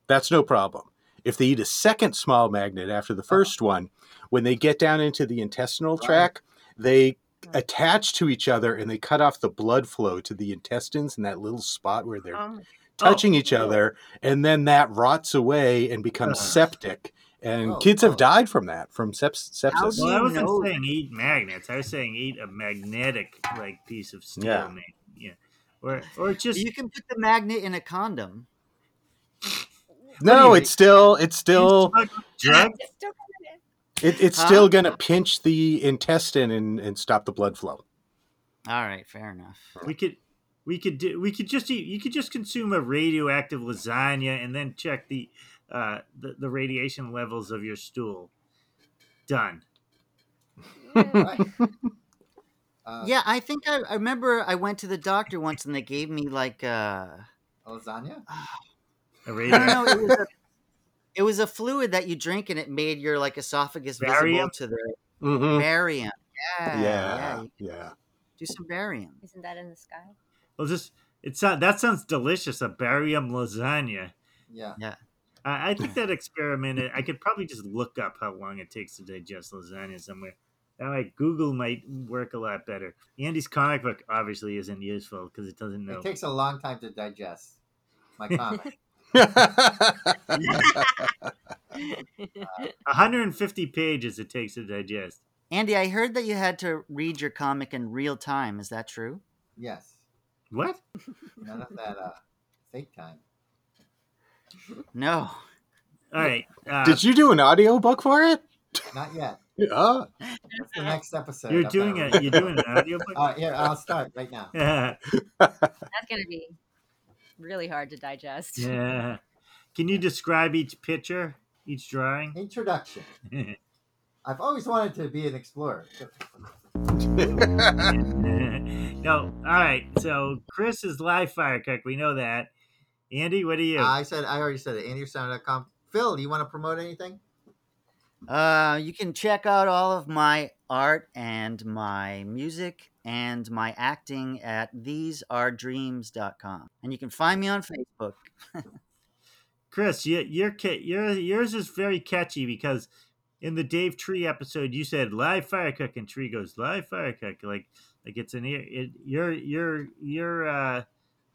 Speaker 3: that's no problem. If they eat a second small magnet after the first one, when they get down into the intestinal
Speaker 4: Right.
Speaker 3: tract, they attach to each other and they cut off the blood flow to the intestines in that little spot where they're
Speaker 7: Um,
Speaker 3: touching each other, and then that rots away and becomes
Speaker 2: Ugh.
Speaker 3: septic. And
Speaker 4: Oh,
Speaker 3: kids
Speaker 4: oh.
Speaker 3: have died from that, from seps-
Speaker 1: How do
Speaker 3: sepsis.
Speaker 2: Well, I
Speaker 1: you
Speaker 2: wasn't
Speaker 1: know-
Speaker 2: saying eat magnets. I was saying eat a magnetic like piece of steel.
Speaker 3: Yeah.
Speaker 2: maybe. yeah. Or or just
Speaker 1: you can put the magnet in a condom.
Speaker 3: No,
Speaker 1: do you-
Speaker 3: it's still, it's still,
Speaker 2: drug.
Speaker 7: still-
Speaker 3: it, it's
Speaker 1: Huh?
Speaker 3: still going to pinch the intestine and, and stop the blood flow.
Speaker 1: All right, fair enough.
Speaker 2: We could. We could do. We could just eat. You could just consume a radioactive lasagna and then check the, uh, the the radiation levels of your stool. Done.
Speaker 4: Right. Uh,
Speaker 1: Yeah, I think I, I remember I went to the doctor once and they gave me like uh
Speaker 4: lasagna.
Speaker 2: A
Speaker 1: I don't
Speaker 2: radio.
Speaker 1: know, it was a, it was a fluid that you drink and it made your like esophagus visible
Speaker 2: Barium?
Speaker 1: to the
Speaker 3: Mm-hmm.
Speaker 1: barium. Yeah,
Speaker 3: Yeah,
Speaker 1: yeah.
Speaker 3: yeah.
Speaker 1: Do some barium.
Speaker 7: Isn't that in the sky?
Speaker 2: Well, just it sound, that sounds delicious. A barium lasagna.
Speaker 4: Yeah.
Speaker 2: I I think that experiment. uh, I could probably just look up how long it takes to digest lasagna somewhere. That way, Google might work a lot better. Andy's comic book obviously isn't useful because it doesn't know.
Speaker 4: It takes a long time to digest my comic.
Speaker 2: A 150 pages it takes to digest.
Speaker 1: Andy, I heard that you had to read your comic in real time. Is that true?
Speaker 4: yes.
Speaker 2: What?
Speaker 4: None of that uh, fake time.
Speaker 1: No.
Speaker 2: All right. Uh,
Speaker 3: Did you do an audiobook for it?
Speaker 4: Not yet.
Speaker 3: Oh,
Speaker 4: That's the next episode.
Speaker 2: you're
Speaker 4: of that
Speaker 2: doing a
Speaker 4: one.
Speaker 2: you're doing an audiobook.
Speaker 4: Uh, here, I'll start right now.
Speaker 2: yeah.
Speaker 7: That's gonna be really hard to digest.
Speaker 2: yeah. Can you describe each picture, each drawing?
Speaker 4: Introduction. I've always wanted to be an explorer.
Speaker 2: no. All right. So Chris is live fire cook. We know that. Andy, what are you?
Speaker 4: I said I already said it. AndySound.com. Phil, do you want to promote anything?
Speaker 1: Uh, you can check out all of my art and my music and my acting at thesearedreams.com. And you can find me on Facebook.
Speaker 2: Chris, you, your ca- your yours is very catchy because in the Dave Tree episode, you said "live fire cook" and Tree goes "live fire cook" like like it's an ear. It, your your your uh,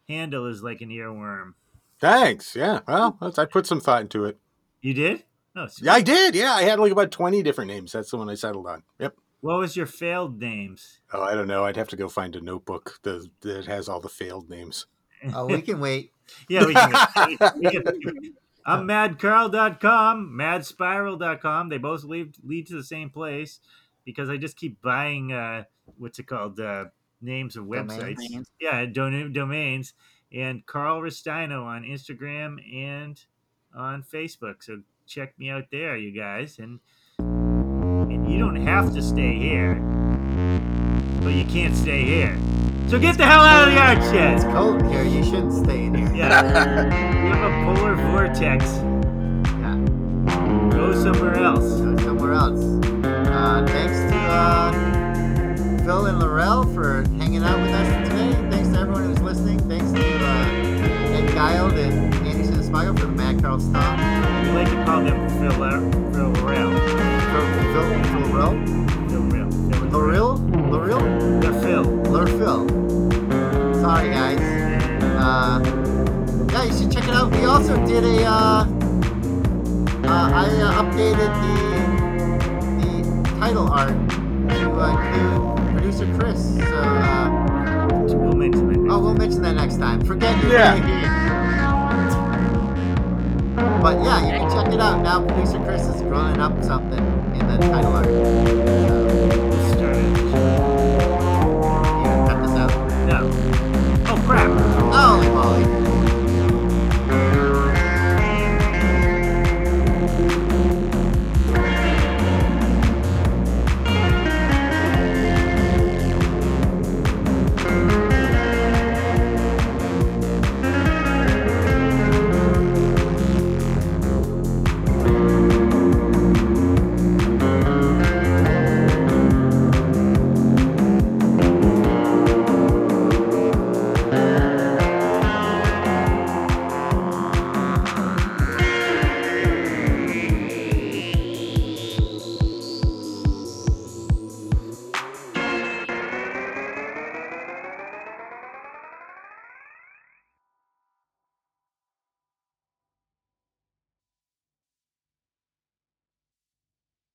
Speaker 2: handle is like an earworm.
Speaker 3: thanks. Yeah. Well, that's, I put some thought into it.
Speaker 2: You did? No. sweet.
Speaker 3: Yeah, I did. Yeah, I had like about 20 different names. That's the one I settled on. Yep.
Speaker 2: What was your failed names?
Speaker 3: Oh, I don't know. I'd have to go find a notebook that, that has all the failed names.
Speaker 4: Oh, we can wait.
Speaker 2: Yeah, we can. we can- I'm madcarl.com, madspiral.com. They both lead, lead to the same place because I just keep buying, uh, what's it called, uh, names of websites.
Speaker 1: Domains.
Speaker 2: Yeah, don- domains. And Carl Restino on Instagram and on Facebook. So check me out there, you guys. And, and you don't have to stay here, but you can't stay here. So get the hell out of the art shed!
Speaker 4: It's cold in Oh, here. You shouldn't stay in here.
Speaker 2: Yeah. you have a polar vortex.
Speaker 4: Yeah.
Speaker 2: Go somewhere else.
Speaker 4: Go somewhere else. Uh, thanks to uh, Phil and Laurel for hanging out with us today. Thanks to everyone who's listening. Thanks to uh, Ed Guild and Anderson and Spiegel for the Mad Carl Stomp.
Speaker 2: We like to call them Phil Phil Rail.
Speaker 4: Phil, Phil, Phil Laurel?
Speaker 2: Phil Rail.
Speaker 4: Laurel? Laurel?
Speaker 2: They're Phil.
Speaker 4: Laurel Phil. Sorry, guys. Uh, yeah, you should check it out. we also did a. Uh, uh, I uh, updated the the title art to uh, include producer Chris. So uh,
Speaker 2: We'll mention it.
Speaker 4: oh, we'll mention that next time. Forget you.
Speaker 3: Yeah.
Speaker 4: But yeah, you can check it out now. Producer Chris is growing up something in the title art. Oh.